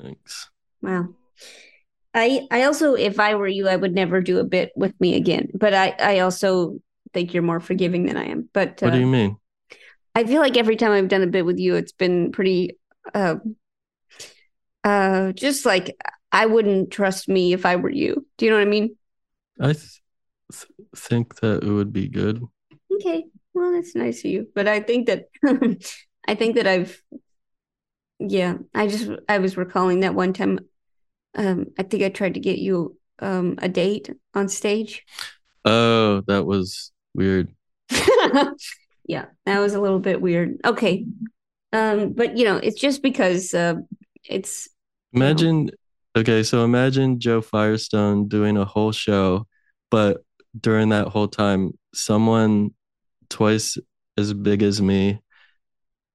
thanks Wow. I I also, if I were you, I would never do a bit with me again. But I I also think you're more forgiving than I am. But what do uh, you mean I feel like every time I've done a bit with you, it's been pretty, uh, uh, just like I wouldn't trust me if I were you. Do you know what I mean? I th- th- think that it would be good. Okay. Well, that's nice of you. But I think that I think that I've yeah, I just I was recalling that one time um I think I tried to get you um a date on stage. Oh, that was weird. yeah, that was a little bit weird. Okay. Um but you know, it's just because uh it's Imagine, okay, so imagine Joe Firestone doing a whole show, but during that whole time, someone twice as big as me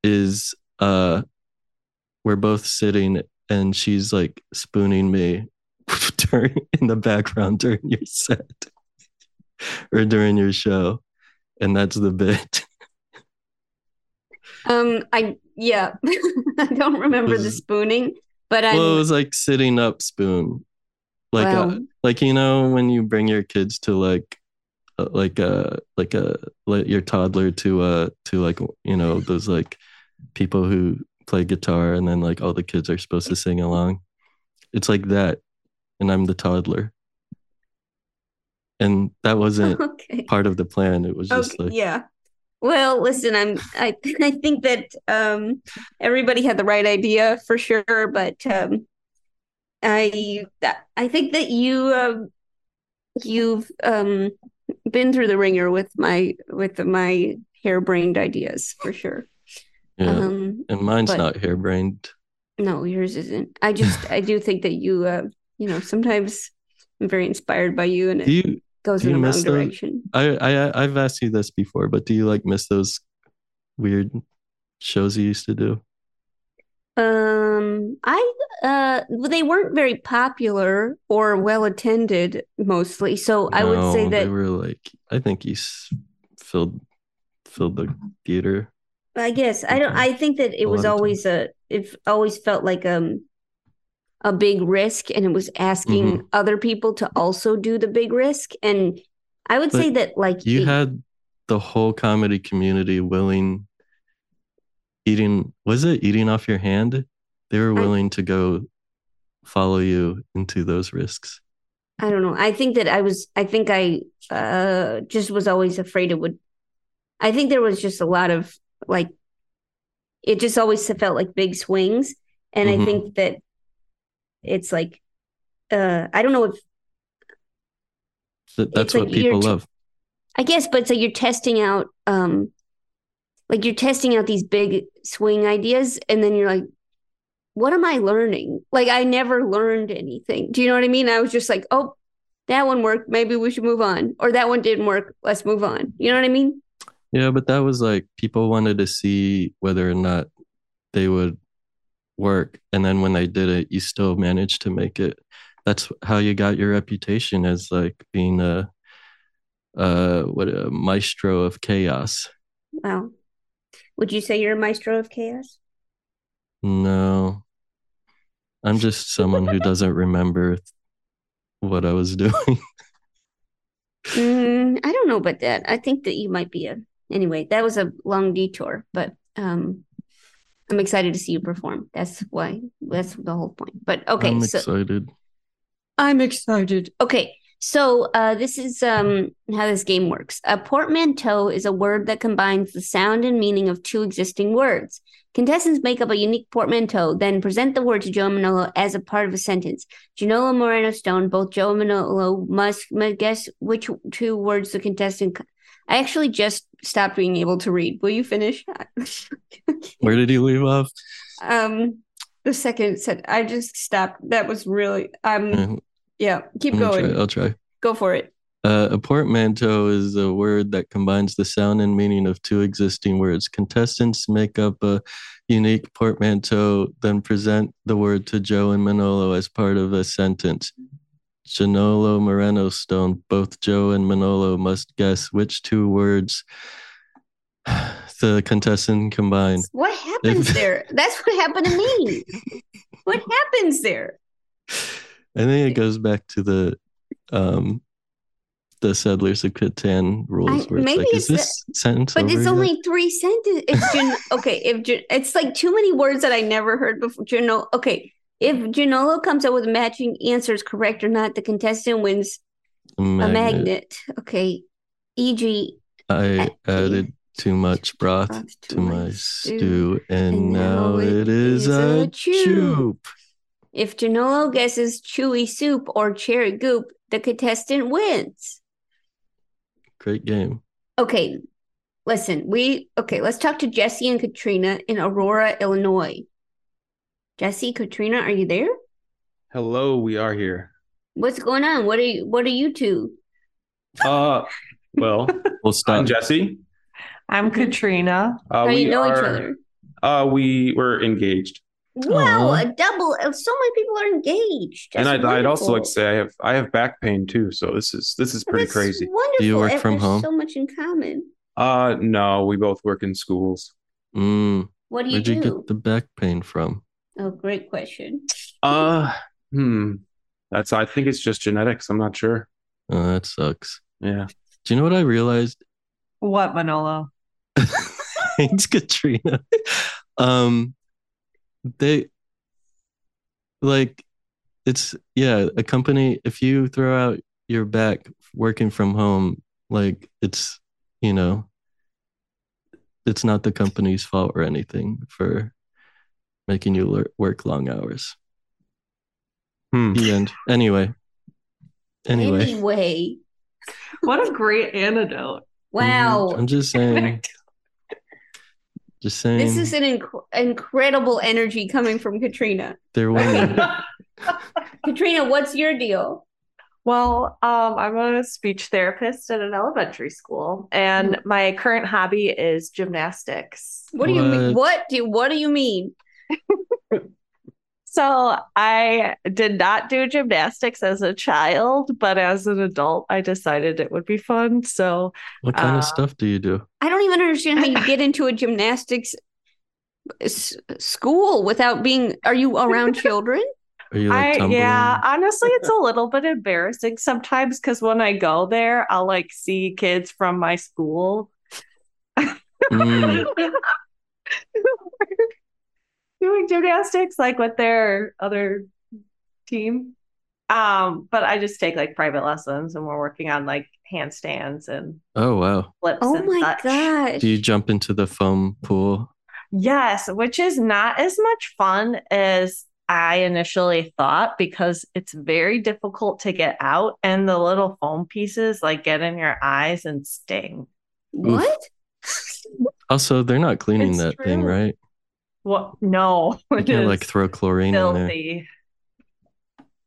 is, uh, we're both sitting and she's like spooning me during in the background during your set. or during your show. And that's the bit. Um, I yeah, I don't remember the Was- spooning, but I well, it was like sitting up spoon. Like uh, Wow. like you know when you bring your kids to like uh, like a like a like your toddler to uh to like you know those like people who play guitar and then like all the kids are supposed to sing along. It's like that and I'm the toddler. And that wasn't Okay. part of the plan. It was just like yeah. Well, listen, I'm I I think that um everybody had the right idea for sure, but um I that- I think that you um you've um been through the ringer with my with my harebrained ideas for sure. yeah. Um, and mine's but- not harebrained. No, yours isn't. I just I do think that you uh you know sometimes I'm very inspired by you and it Do you goes in do the you wrong miss those- direction. I, I I've asked you this before, but do you like miss those weird shows you used to do? Um, I uh, well, they weren't very popular or well attended mostly, so I would say No, that they were like I think you s- filled filled the theater. I guess I don't. I think that it A was lot of always a. It always felt like um a big risk, and it was asking Mhm. other people to also do the big risk. And I would say But that like you it- had the whole comedy community willing eating was it eating off your hand? They were willing to go follow you into those risks. I don't know. I think that I was. I think I uh just was always afraid it would. I think there was just a lot of like. It just always felt like big swings, and Mhm. I think that it's like, uh, I don't know if Th- that's like what people you're t- love. I guess, but so you're testing out, um, like you're testing out these big swing ideas, and then you're like, what am I learning? Like I never learned anything. Do you know what I mean? I was just like, oh, that one worked. Maybe we should move on. Or that one didn't work. Let's move on. You know what I mean? Yeah, but that was like people wanted to see whether or not they would work. And then when they did it, you still managed to make it. That's how you got your reputation as like being a uh what a maestro of chaos. Wow. Would you say you're a maestro of chaos? No. I'm just someone who doesn't remember what I was doing. Mm, I don't know about that. I think that you might be a. Anyway, that was a long detour, but um, I'm excited to see you perform. That's why. That's the whole point. But okay, I'm so excited. I'm excited. Okay, so uh, this is um, how this game works. A portmanteau is a word that combines the sound and meaning of two existing words. Contestants make up a unique portmanteau, then present the word to Joe Manolo as a part of a sentence. Janolo Moreno Stone, both Joe and Manolo must, must guess which two words the contestant. co- I actually just stopped being able to read. Will you finish? Where did you leave off? um, the second said I just stopped. That was really um. Mm. Yeah, keep I'm gonna try- going. I'll try. Go for it. Uh, a portmanteau is a word that combines the sound and meaning of two existing words. Contestants make up a unique portmanteau, then present the word to Joe and Manolo as part of a sentence. Janolo Moreno Stone, both Joe and Manolo must guess which two words the contestant combined. What happens there? That's what happened to me. what happens there? I think it goes back to the um the settlers of Catan rules I- where it's maybe like, it's is the- this sentence But over it's yet? only three sentences. If Jan- okay, if Jan- it's like too many words that I never heard before. Janolo. Okay, if Janolo comes up with matching answers, correct or not, the contestant wins A magnet. a magnet. Okay, E e.g. I added too much broth to my stew, and now it is a chew. chew. If Janolo guesses chewy soup or cherry goop, the contestant wins. Great game. Okay, listen, we okay, let's talk to Jesse and Katrina in Aurora, Illinois. Jesse, Katrina, are you there? Hello, we are here. What's going on? What are you what are you two? Uh, well, we'll stop. I'm Jesse. I'm Katrina. Uh, How do you we know each are- other? Uh, we were engaged. Wow, Aw. a double. uh, So many people are engaged. and That's I'd, I'd also like wonderful. to say I have I have back pain too, so this is this is pretty That's crazy. Wonderful. Ev- there's So much in common. uh no, we both work in schools. What do you Mm. Where'd you do? get the back pain from? Oh, great question. Uh hmm. That's I think it's just genetics. I'm not sure. Oh, that sucks. Yeah. Do you know what I realized? What, Manolo? Thanks, Katrina. Um, they like it's yeah. A company, if you throw out your back working from home, like it's you know, it's not the company's fault or anything for making you lear- work long hours. The end. Anyway. Anyway. Anyway, What a great antidote. wow. Mm-hmm. I'm just saying. just saying. This is an inc- incredible energy coming from Katrina. They're women. Katrina, what's your deal? Well, um, I'm a speech therapist at an elementary school, and my current hobby is gymnastics. What do you mean? What do what do you mean? So I did not do gymnastics as a child, but as an adult, I decided it would be fun. So what kind uh, of stuff do you do? I don't even understand how you get into a gymnastics uh, s- school without being. Are you around children? Are you like I tumbling? yeah, honestly, it's a little bit embarrassing sometimes because when I go there, I'll like see kids from my school Mm. doing gymnastics like with their other team. Um, but I just take like private lessons and we're working on like handstands and Oh wow. flips. Oh and my gosh. Do you jump into the foam pool? Yes, which is not as much fun as I initially thought because it's very difficult to get out and the little foam pieces like get in your eyes and sting. What? Also, they're not cleaning It's that thing, true. right? What? No. You it can't is like throw chlorine in there. filthy.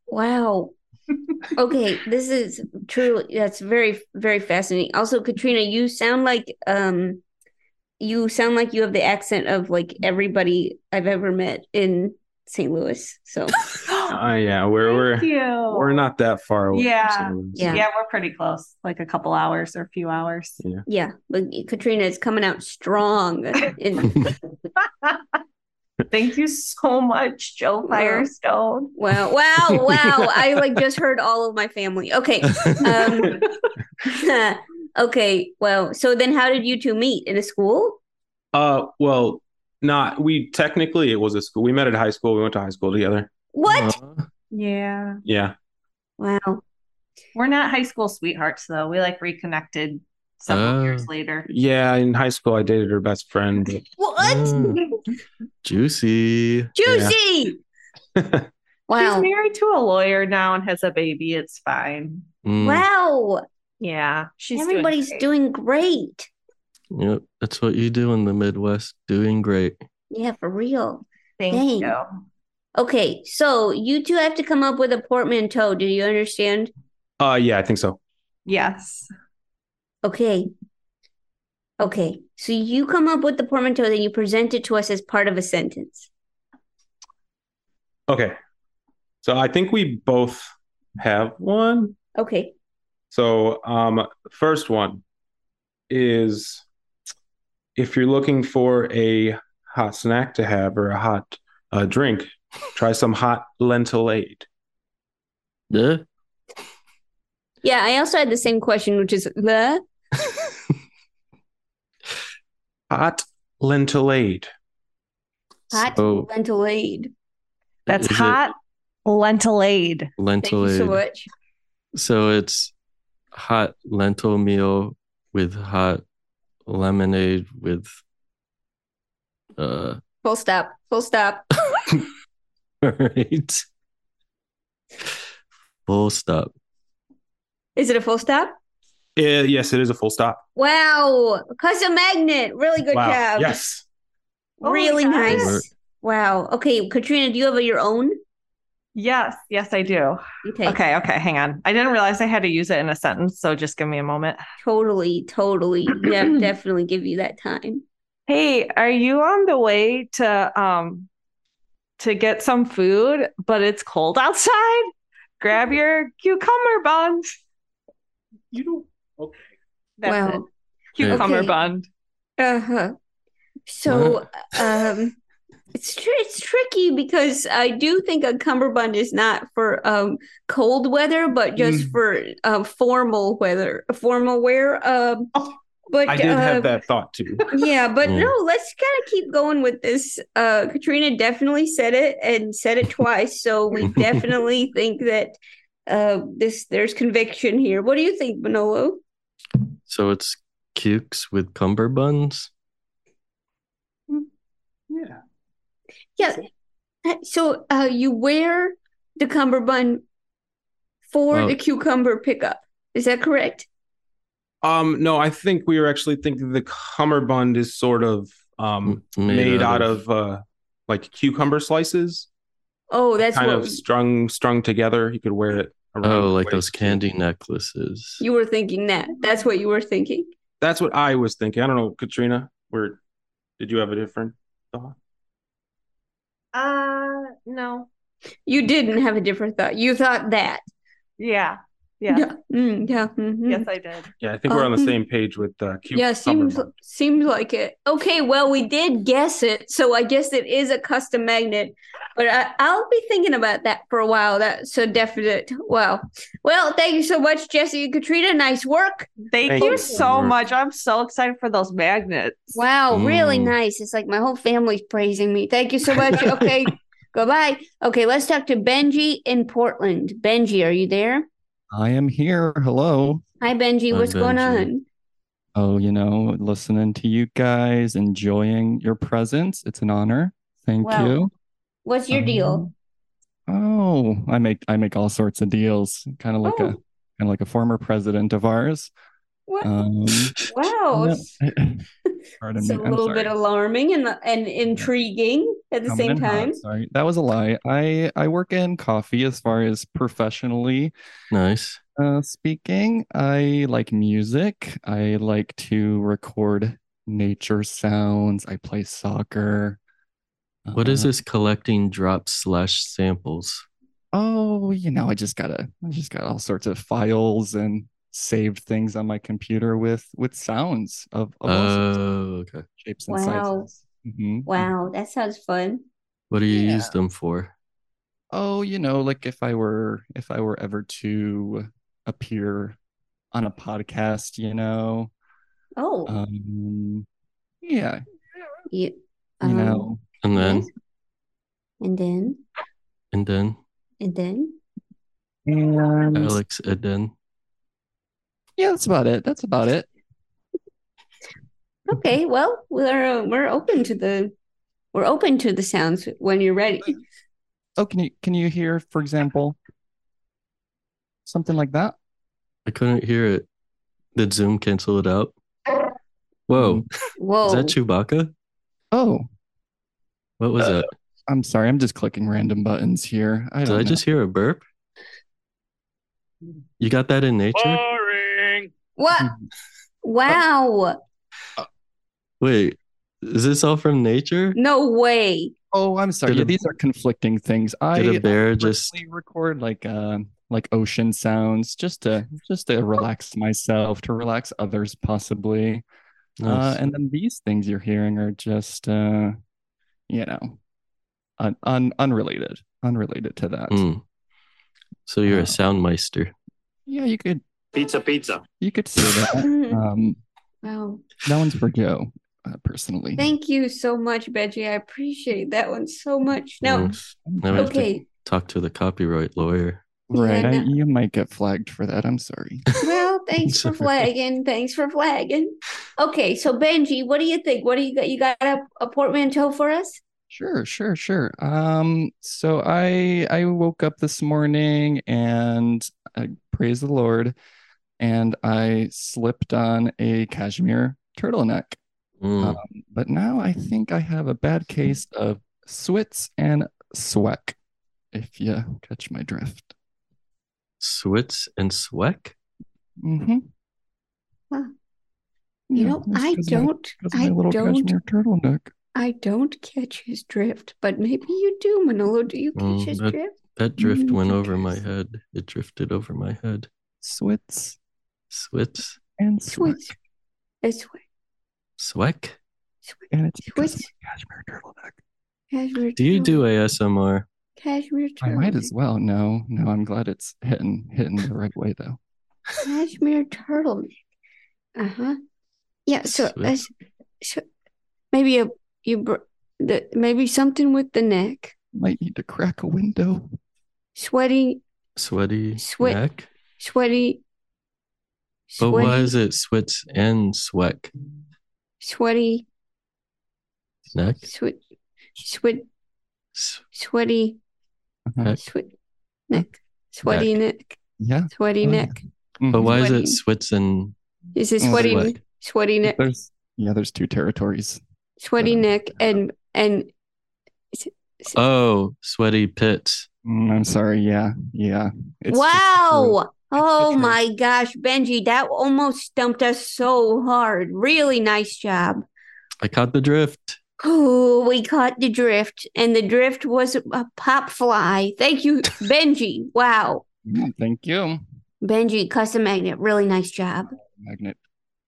Wow. Okay, this is truly that's very very fascinating. Also, Katrina, you sound like um you sound like you have the accent of like everybody I've ever met in St. Louis. So Uh, yeah, we're we're you. we're not that far away. from Yeah. some of this. yeah. we're pretty close. Like a couple hours or a few hours. Yeah. yeah, but Katrina is coming out strong in Thank you so much, Joe Firestone. Wow, wow, wow. I like just heard all of my family. Okay. Um okay, well, so then how did you two meet? In a school? Uh well, not we technically it was a school. We met at high school. We went to high school together. What? Yeah. Yeah. Wow. We're not high school sweethearts though. We like reconnected several Oh. years later. Yeah, in high school I dated her best friend. but- What? Mm. Juicy. Juicy. Wow. She's married to a lawyer now and has a baby. It's fine. Mm. Wow. Yeah. She's doing Everybody's great. doing great. Yep, that's what you do in the Midwest. Doing great. Yeah, for real. Thank Dang. you. Okay, so you two have to come up with a portmanteau. Do you understand? Uh yeah, I think so. Yes. Okay. Okay. So you come up with the portmanteau, then you present it to us as part of a sentence. Okay. So I think we both have one. Okay. So um first one is if you're looking for a hot snack to have or a hot uh, drink, try some hot lentilade. Yeah. Yeah, I also had the same question, which is the Hot lentilade. hot So- lentil aid. That's Is it- hot lentil aid. Lentil Thank you so aid. much. So it's hot lentil meal with hot lemonade with uh Full stop. Full stop. all right. Full stop. Is it a full stop? Eh, yes, it is a full stop. Wow. Custom magnet. Really good wow. job. Yes. Really nice. Work. Wow. Okay, Katrina, do you have your own? Yes, yes, I do. Okay. Okay, okay, hang on. I didn't realize I had to use it in a sentence, so just give me a moment. Totally, totally. Yeah, definitely give you that time. Hey, are you on the way to um to get some food, but it's cold outside, grab your cucumber bun. You don't. Okay. That's Wow. it. Cucumber Okay. bun. Uh huh. So, um, it's tr- it's tricky because I do think a cummerbund is not for um cold weather, but just Mm. for uh, formal weather, formal wear. Um, but Oh, I did uh, have that thought too. yeah, but Mm. no, let's kind of keep going with this. Uh, Katrina definitely said it and said it twice, so we definitely think that uh, this there's conviction here. What do you think, Manolo? So it's cukes with cummerbunds. Yeah. Yeah. Uh, So uh, you wear the cummerbund for Oh. the cucumber pickup. Is that correct? Um, no, I think we were actually thinking the cummerbund is sort of um made made, out out of, uh like cucumber slices, Oh, that's kind what of strung strung together. You could wear it around. Oh, your like waist. those candy necklaces. you were thinking. That that's what you were thinking. That's what I was thinking. I don't know, Katrina. Where did you have a different thought? Uh, no. You didn't have a different thought. You thought that. Yeah. Yeah. Yeah. Mm, yeah. mhm. Yes, I did. Yeah, I think we're on the Um, same page with uh, cucumber. Yeah, seems seems like it. Okay, well, we did guess it, so I guess it is a custom magnet. But I, I'll be thinking about that for a while. That's a definite. Wow. Well, thank you so much, Jesse and Katrina. Nice work. Thank, you so much. I'm so excited for those magnets. Wow, really Mm. nice. It's like my whole family's praising me. Thank you so much. Okay, goodbye. Okay, let's talk to Benji in Portland. Benji, are you there? I am here. Hello. Hi, Benji. Hi, What's going Benji. on? Oh, you know, listening to you guys, enjoying your presence. It's an honor. Thank Wow. you. What's Um, your deal? Oh, I make I make all sorts of deals, kind of like a kind of like a former president of ours. Oh. What? Um, no, Wow, it's pardon it's me. a I'm little sorry. bit alarming and and intriguing at the Coming same in hot, time. Sorry, that was a lie. I I work in coffee as far as professionally. Nice. Uh, speaking, I like music. I like to record nature sounds. I play soccer. What is Uh, this collecting drops slash samples? Oh, you know, I just gotta, I just got all sorts of files and saved things on my computer with with sounds of, of all sorts Oh, okay. shapes and Wow. sizes. Mhm. Wow, that sounds fun. What do you use them for? Oh, you know, like if I were if I were ever to appear on a podcast, you know, Oh, um, yeah, you, you um, know, And then, and then, and then, and then. and Alex, and then. yeah, that's about it. That's about it. Mm-hmm. Okay, well, we're uh, we're open to the we're open to the sounds when you're ready. Oh, can you can you hear, for example, something like that? I couldn't hear it. Did Zoom cancel it out? Whoa. Mm. Whoa. Is that Chewbacca? Oh, What Uh. was that? I'm sorry. I'm just clicking random buttons here. I Did don't I know. just hear a burp? You got that in nature? What? Mm-hmm. Wow. Wait, is this all from nature? No way. Oh, I'm sorry. Did Yeah, a- these are conflicting things. I uh, Did a bear I just- purposely record like uh like ocean sounds just to just to relax myself, to relax others possibly. Uh, Nice. and then these things you're hearing are just uh you know un, un unrelated, unrelated to that. Hmm. So you're a soundmeister. Yeah, you could Pizza, pizza. you could say that. um, Wow. that one's for Joe, uh, personally. Thank you so much, Benji. I appreciate that one so much. Now, Thanks. Now we have to okay. talk to the copyright lawyer. Right, Yeah, I, no- you might get flagged for that. I'm sorry. Well, thanks for Sorry. flagging. Thanks for flagging. Okay, so Benji, what do you think? What do you got? You got a, a portmanteau for us? Sure, sure, sure. Um, so I I woke up this morning and I praise the Lord, and I slipped on a cashmere turtleneck. Um, but now I think I have a bad case of swits and sweck, if you catch my drift. Switz and Sweck? Mm-hmm. Huh. You know, I don't, That's my I little don't, cashmere turtleneck. I don't catch his drift, but maybe you do, Manolo. Do you catch Um, his that, drift? that drift Mm, went over my head. It drifted over my head. Switz. Switz. And Switch. This way. Sweck. And it's Switch. Cashmere turtleneck. Cashmere Do you do Mm. turtle- ASMR? Cashmere I might turtleneck. as well. No, no, I'm glad it's hitting hitting the right way though. Cashmere turtleneck. Uh huh. Yeah. So, Sweet. as, so maybe a you br- the maybe something with the neck. Might need to crack a window. Sweaty, Sweaty Sweat- neck. sweaty, But why sweaty- is it Switz and Sweck sweaty, neck? sweat, sweat, sweaty, Mm-hmm. Heck. sweat, neck, sweaty neck, Yeah. sweaty Oh, yeah. neck. But why is Sweaty. it Switz and Is it Mm. sweaty, Sweat. sweaty neck, There's yeah, there's two territories. sweaty neck, and and Oh, sweaty pits. Mm, I'm sorry. Yeah, yeah. It's just- wow. Oh my gosh, Benji, that almost stumped us so hard. Really nice job. I caught the drift. Oh, we caught the drift, and the drift was a pop fly. Thank you, Benji. Wow. Mm, Thank you, Benji, custom magnet. Really nice job. magnet.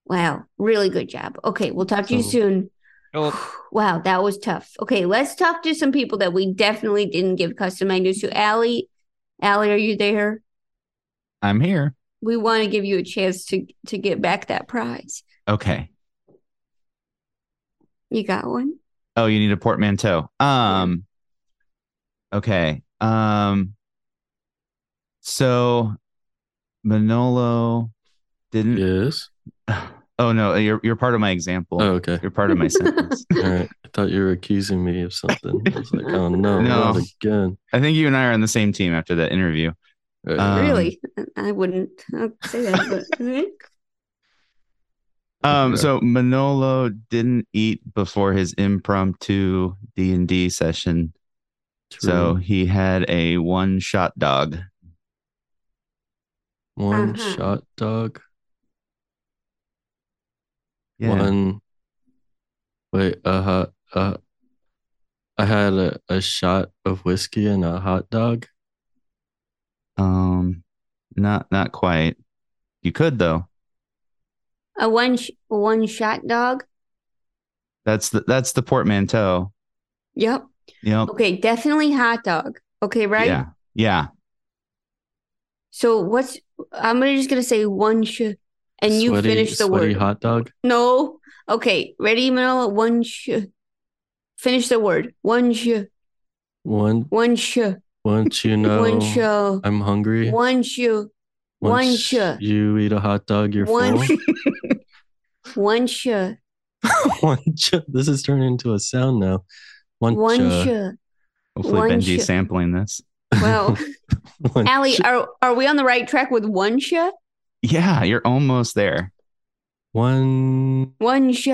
Wow. Really good job. Okay. We'll talk to you So- soon. Philip. Wow. That was tough. Okay. Let's talk to some people that we definitely didn't give custom magnets to. Allie, Allie, are you there? I'm here. We want to give you a chance to, to get back that prize. Okay. You got one? Oh, you need a portmanteau. Um okay. Um so Manolo didn't Yes. Oh no, you're you're part of my example. Oh, okay. You're part of my sentence. All right. I thought you were accusing me of something. I was like, oh No. no, not again. I think you and I are on the same team after that interview. Um, really? I wouldn't I'll say that, but Um, so Manolo didn't eat before his impromptu D and D session, so he had a one shot dog. One Uh-huh. shot dog. Yeah. One. Wait, uh, hot- uh, I had a, a shot of whiskey and a hot dog. Um, not not quite. You could though. a one sh- one shot dog. That's the that's the portmanteau. Yep. Yep. Okay, definitely hot dog. Okay, right? Yeah. Yeah. So what's I'm gonna just gonna say one sh and you Sweaty- finish the sweaty word. hot dog. No. Okay, ready, Manolo? One sh finish the word. One sh One. one sh Once you know one sh I'm hungry. one sh one Once sh You eat a hot dog, you're one full. one sh One ch- this is turning into a sound now. One, one cha. sh. Hopefully One Benji's sh- sampling this. Well, One Allie, ch- are are we on the right track with one sh? Yeah, you're almost there. One One sh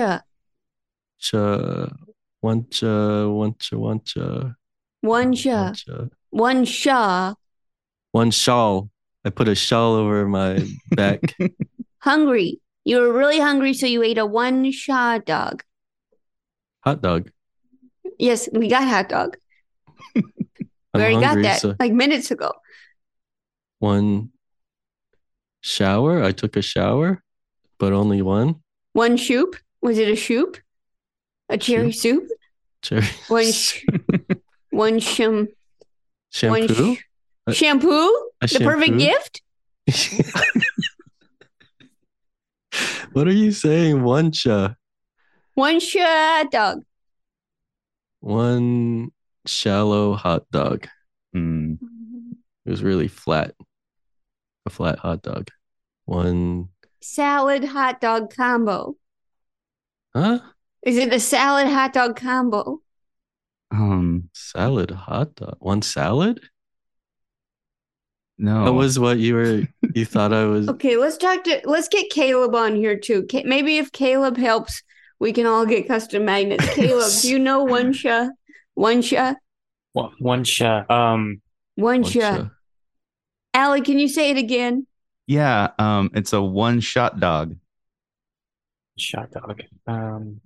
cha. One cha. One cha. One cha. one sh cha. one sh One shawl. I put a shawl over my back. hungry. You were really hungry, so you ate a one shot dog. hot dog. Yes, we got hot dog. We I'm already hungry, got that so- like minutes ago. one shower. I took a shower, but only one One shoop. Was it a shoop? A cherry soup? cherry One sh- one shim one shampoo. sh- A- shampoo? a the perfect shampoo? gift? what are you saying? One cha, One shot dog. one shallow hot dog. It was really flat, a flat hot dog. One, Salad hot dog combo. huh? Is it a salad hot dog combo? Um, salad hot dog. One salad. No, that was what you were. You thought I was. Okay, let's talk to let's get Caleb on here too. Ca- maybe if Caleb helps, we can all get custom magnets. Caleb, do you know one shot? One shot? One, one shot. Um, One shot. Allie, can you say it again? Yeah, um, it's a one shot dog. Shot dog. Um,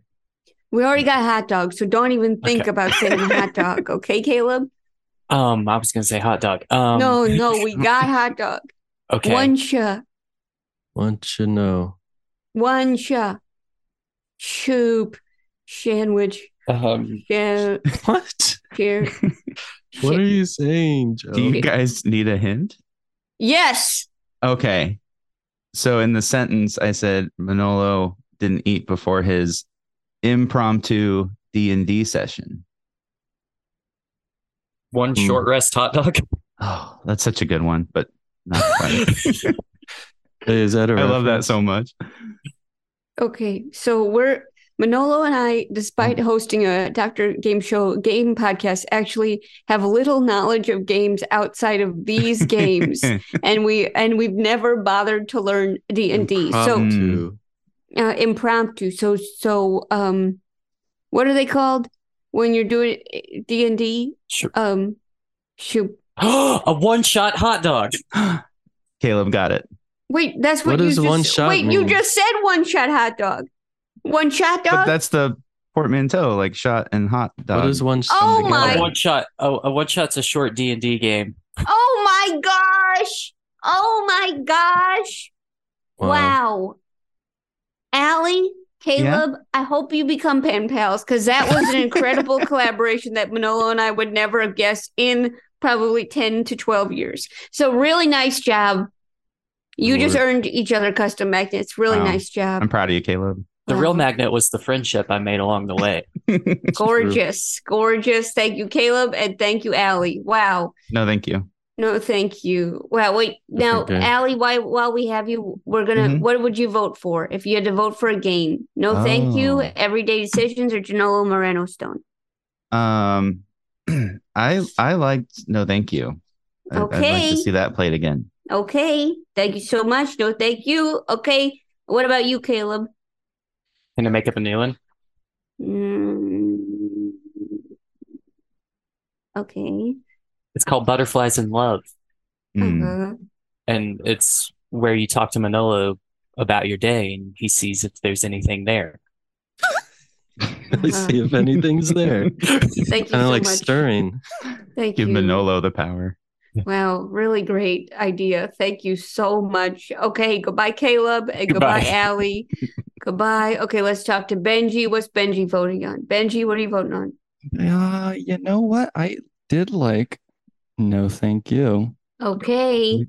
We already got hot dogs, so don't even think about saying hot dog, okay, Caleb? Um, I was gonna say hot dog. Um, no, no, we got hot dog. Okay. One shot, Want you know? one shot, soup, sandwich, Um, yeah, what? Here. What are you saying, Joe? Do you guys need a hint? Yes. Okay. So in the sentence, I said Manolo didn't eat before his impromptu D and D session. One short rest hot dog. Oh, that's such a good one, but not quite. Is that a I love that so much. Okay, so we're Manolo and I, despite Mm. hosting a Doctor Game Show game podcast, actually have little knowledge of games outside of these games, and we and we've never bothered to learn D and D. So hmm. Impromptu. uh, impromptu. So so um, what are they called when you're doing eh, D and D? Um, shoot. a one shot hot dog. Caleb got it. Wait, that's what, What you does just, one shot Wait, you mean? just said one shot hot dog. One shot dog. But that's the portmanteau, like shot and hot dog. is one? Oh my- A one shot. A, a one shot's a short D and D game. Oh my gosh! Oh my gosh! Wow. Wow. Allie, Yeah? Caleb, I hope you become pen pals because that was an incredible collaboration that Manolo and I would never have guessed in probably 10 to 12 years. So, really nice job. You just Lord. earned each other custom magnets. Really Wow. nice job. proud of you, Caleb. The real magnet was the friendship I made along the way. Gorgeous. Gorgeous. Thank you, Caleb. And thank you, Allie. Wow. No, thank you. No, thank you. Well, wait. Now, okay. Allie, why, while we have you, we're gonna. Mhm. What would you vote for if you had to vote for a game? No, thank you. Everyday decisions or Janolo Moreno Stone. Um, I I liked no, thank you. I, I'd like Okay. to see that played again. Okay, thank you so much. No, thank you. Okay, what about you, Caleb? Can I make up a new one? Mm, okay. It's called Butterflies in Love, Uh, and it's where you talk to Manolo about your day, and he sees if there's anything there. Let's see if anything's there. thank you Kind so of like much. stirring. Thank Give you. Manolo the power. Wow, really great idea. Thank you so much. Okay, goodbye, Caleb, and Goodbye. goodbye, Allie. goodbye. Okay, let's talk to Benji. What's Benji voting on? Benji, what are you voting on? uh, you know what? I did like. No, thank you. Okay.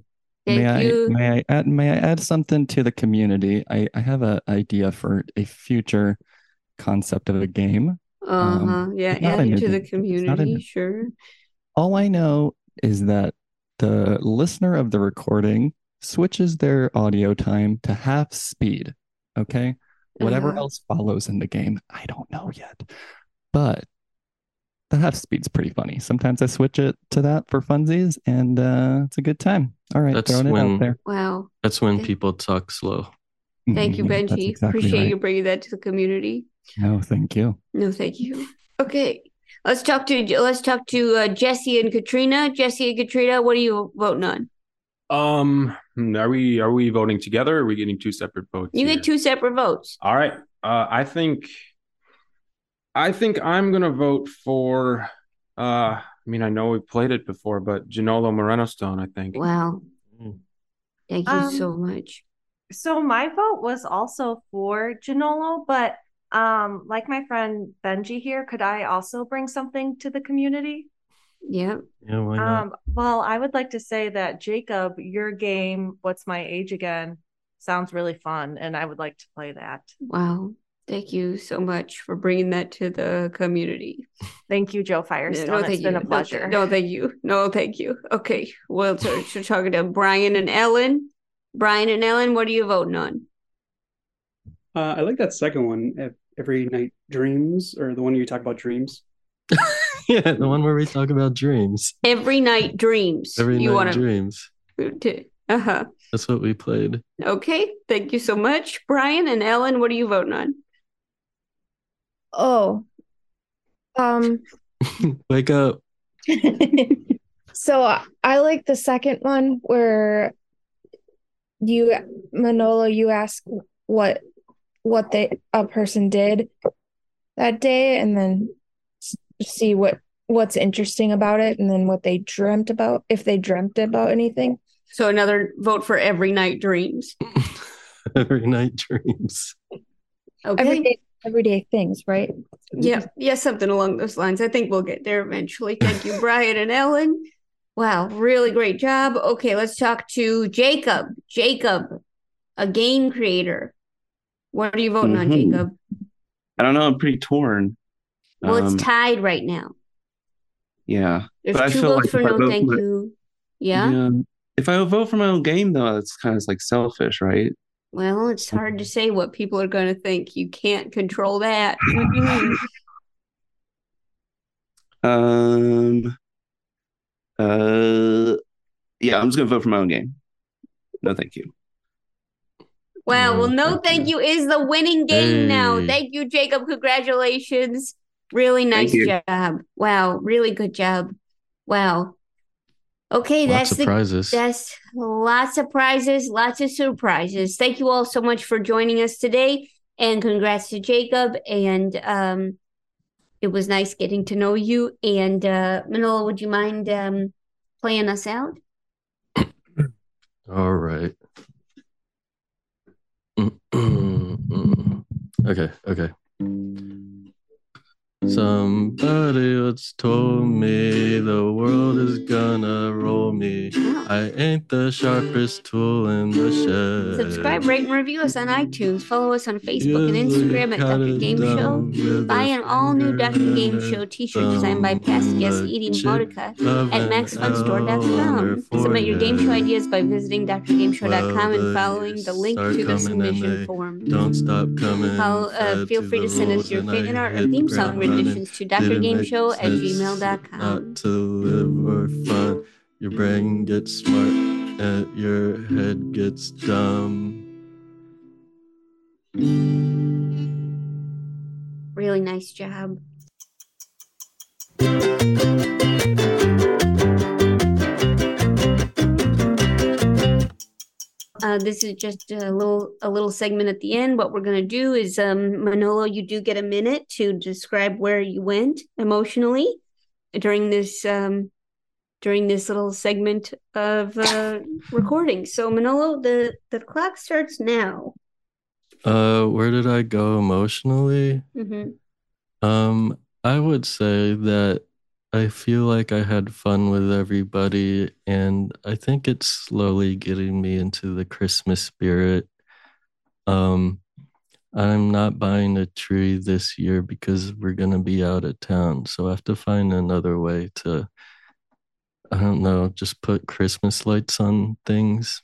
Thank may you. I may I add may I add something to the community? I, I have an idea for a future concept of a game. uh-huh. Um, yeah, it's not add a it new to the game. It's not a community, new- sure. All I know is that the listener of the recording switches their audio time to half speed. Okay. Whatever Uh-huh. else follows in the game, I don't know yet. But the half speed's pretty funny. Sometimes I switch it to that for funsies, and uh, it's a good time. All right, That's throwing it when- out there. Wow. That's when people talk slow. Thank you, Mhm, that's Benji. exactly Appreciate right. you bringing that to the community. No, thank you. No, thank you. Okay. Let's talk to let's talk to uh, Jesse and Katrina. Jesse and Katrina, what are you voting on? Um, hmm, are we are we voting together? Or are we getting two separate votes? You get two separate votes. All right. Uh, I think I think I'm gonna vote for. Uh, I mean, I know we played it before, but Ginolo Moreno Stone. I think. Wow. Thank you so much. So my vote was also for Janolo, but um, like my friend Benji here, could I also bring something to the community? Yeah. Yeah, why not? Um, well, I would like to say that Jacob, your game, What's My Age Again, sounds really fun, and I would like to play that. Wow. Thank you so much for bringing that to the community. Thank you, Joe Yeah, Firestone. No, it's thank been you. a pleasure. No, thank you. No, thank you. Okay. Well, so so talking to Brian and Ellen. Brian and Ellen, what are you voting on? Uh, I like that second one. ev- Every night dreams, or the one you talk about dreams. yeah, the one where we talk about dreams. Every night dreams. Every you night wanna, dreams. Uh huh. That's what we played. Okay. Thank you so much, Brian and Ellen. What are you voting on? Oh. Um Wake up. so I like the second one where you Manolo you ask what what they a person did that day and then s- see what what's interesting about it and then what they dreamt about if they dreamt about anything. So another vote for every night dreams. Every night dreams. Okay. Everyday, everyday things, right? Yeah, yeah, something along those lines. I think we'll get there eventually. Thank you, Brian and Ellen. Wow, really great job. Okay, let's talk to Jacob. Jacob, a game creator. What are you voting on, Mhm. Jacob? I don't know. I'm pretty torn. Well, Um, it's tied right now. Yeah. There's But I two feel votes like for if I no vote thank for- you. Yeah? If I vote for my own game, though, that's kind of like selfish, right? Well, it's hard to say what people are going to think. You can't control that. Mhm. Um. Uh. Yeah, I'm just gonna vote for my own game. No, thank you. Wow. Well, no, thank thank you is the winning game now. Hey. Thank you, Jacob. Congratulations. Really nice Thank you. job. Wow. Really good job. Wow. Okay, Lots that's of the prizes. that's lots of prizes, lots of surprises. Thank you all so much for joining us today, and congrats to Jacob. And um, it was nice getting to know you. And uh, Manola, would you mind um, playing us out? All right. okay, okay. Somebody once told me the world is gonna roll me. I ain't the sharpest tool in the shed. Subscribe, rate, and review us on iTunes. Follow us on Facebook and Instagram at Dr. Game Show. Buy an all new Dr. Game uh, Show t shirt designed by past guest Edie Modica at maxfunstore.com. Submit your game show ideas by visiting drgameshow.com and following the link uh, Start to the coming and they submission form. don't stop coming. Follow, uh, feel free to send us your fan art or theme song renditions to drgameshow at gmail.com. Not to live or fun. Your brain gets smart and your head gets dumb. Really nice job. Uh, this is just a little a little segment at the end. What we're gonna do is, um, Manolo, you do get a minute to describe where you went emotionally during this um, during this little segment of uh, recording. So, Manolo, the the clock starts now. Uh, where did I go emotionally? hmm Um, I would say that I feel like I had fun with everybody, and I think it's slowly getting me into the Christmas spirit. Um, I'm not buying a tree this year because we're gonna be out of town, so I have to find another way to, I don't know, just put Christmas lights on things.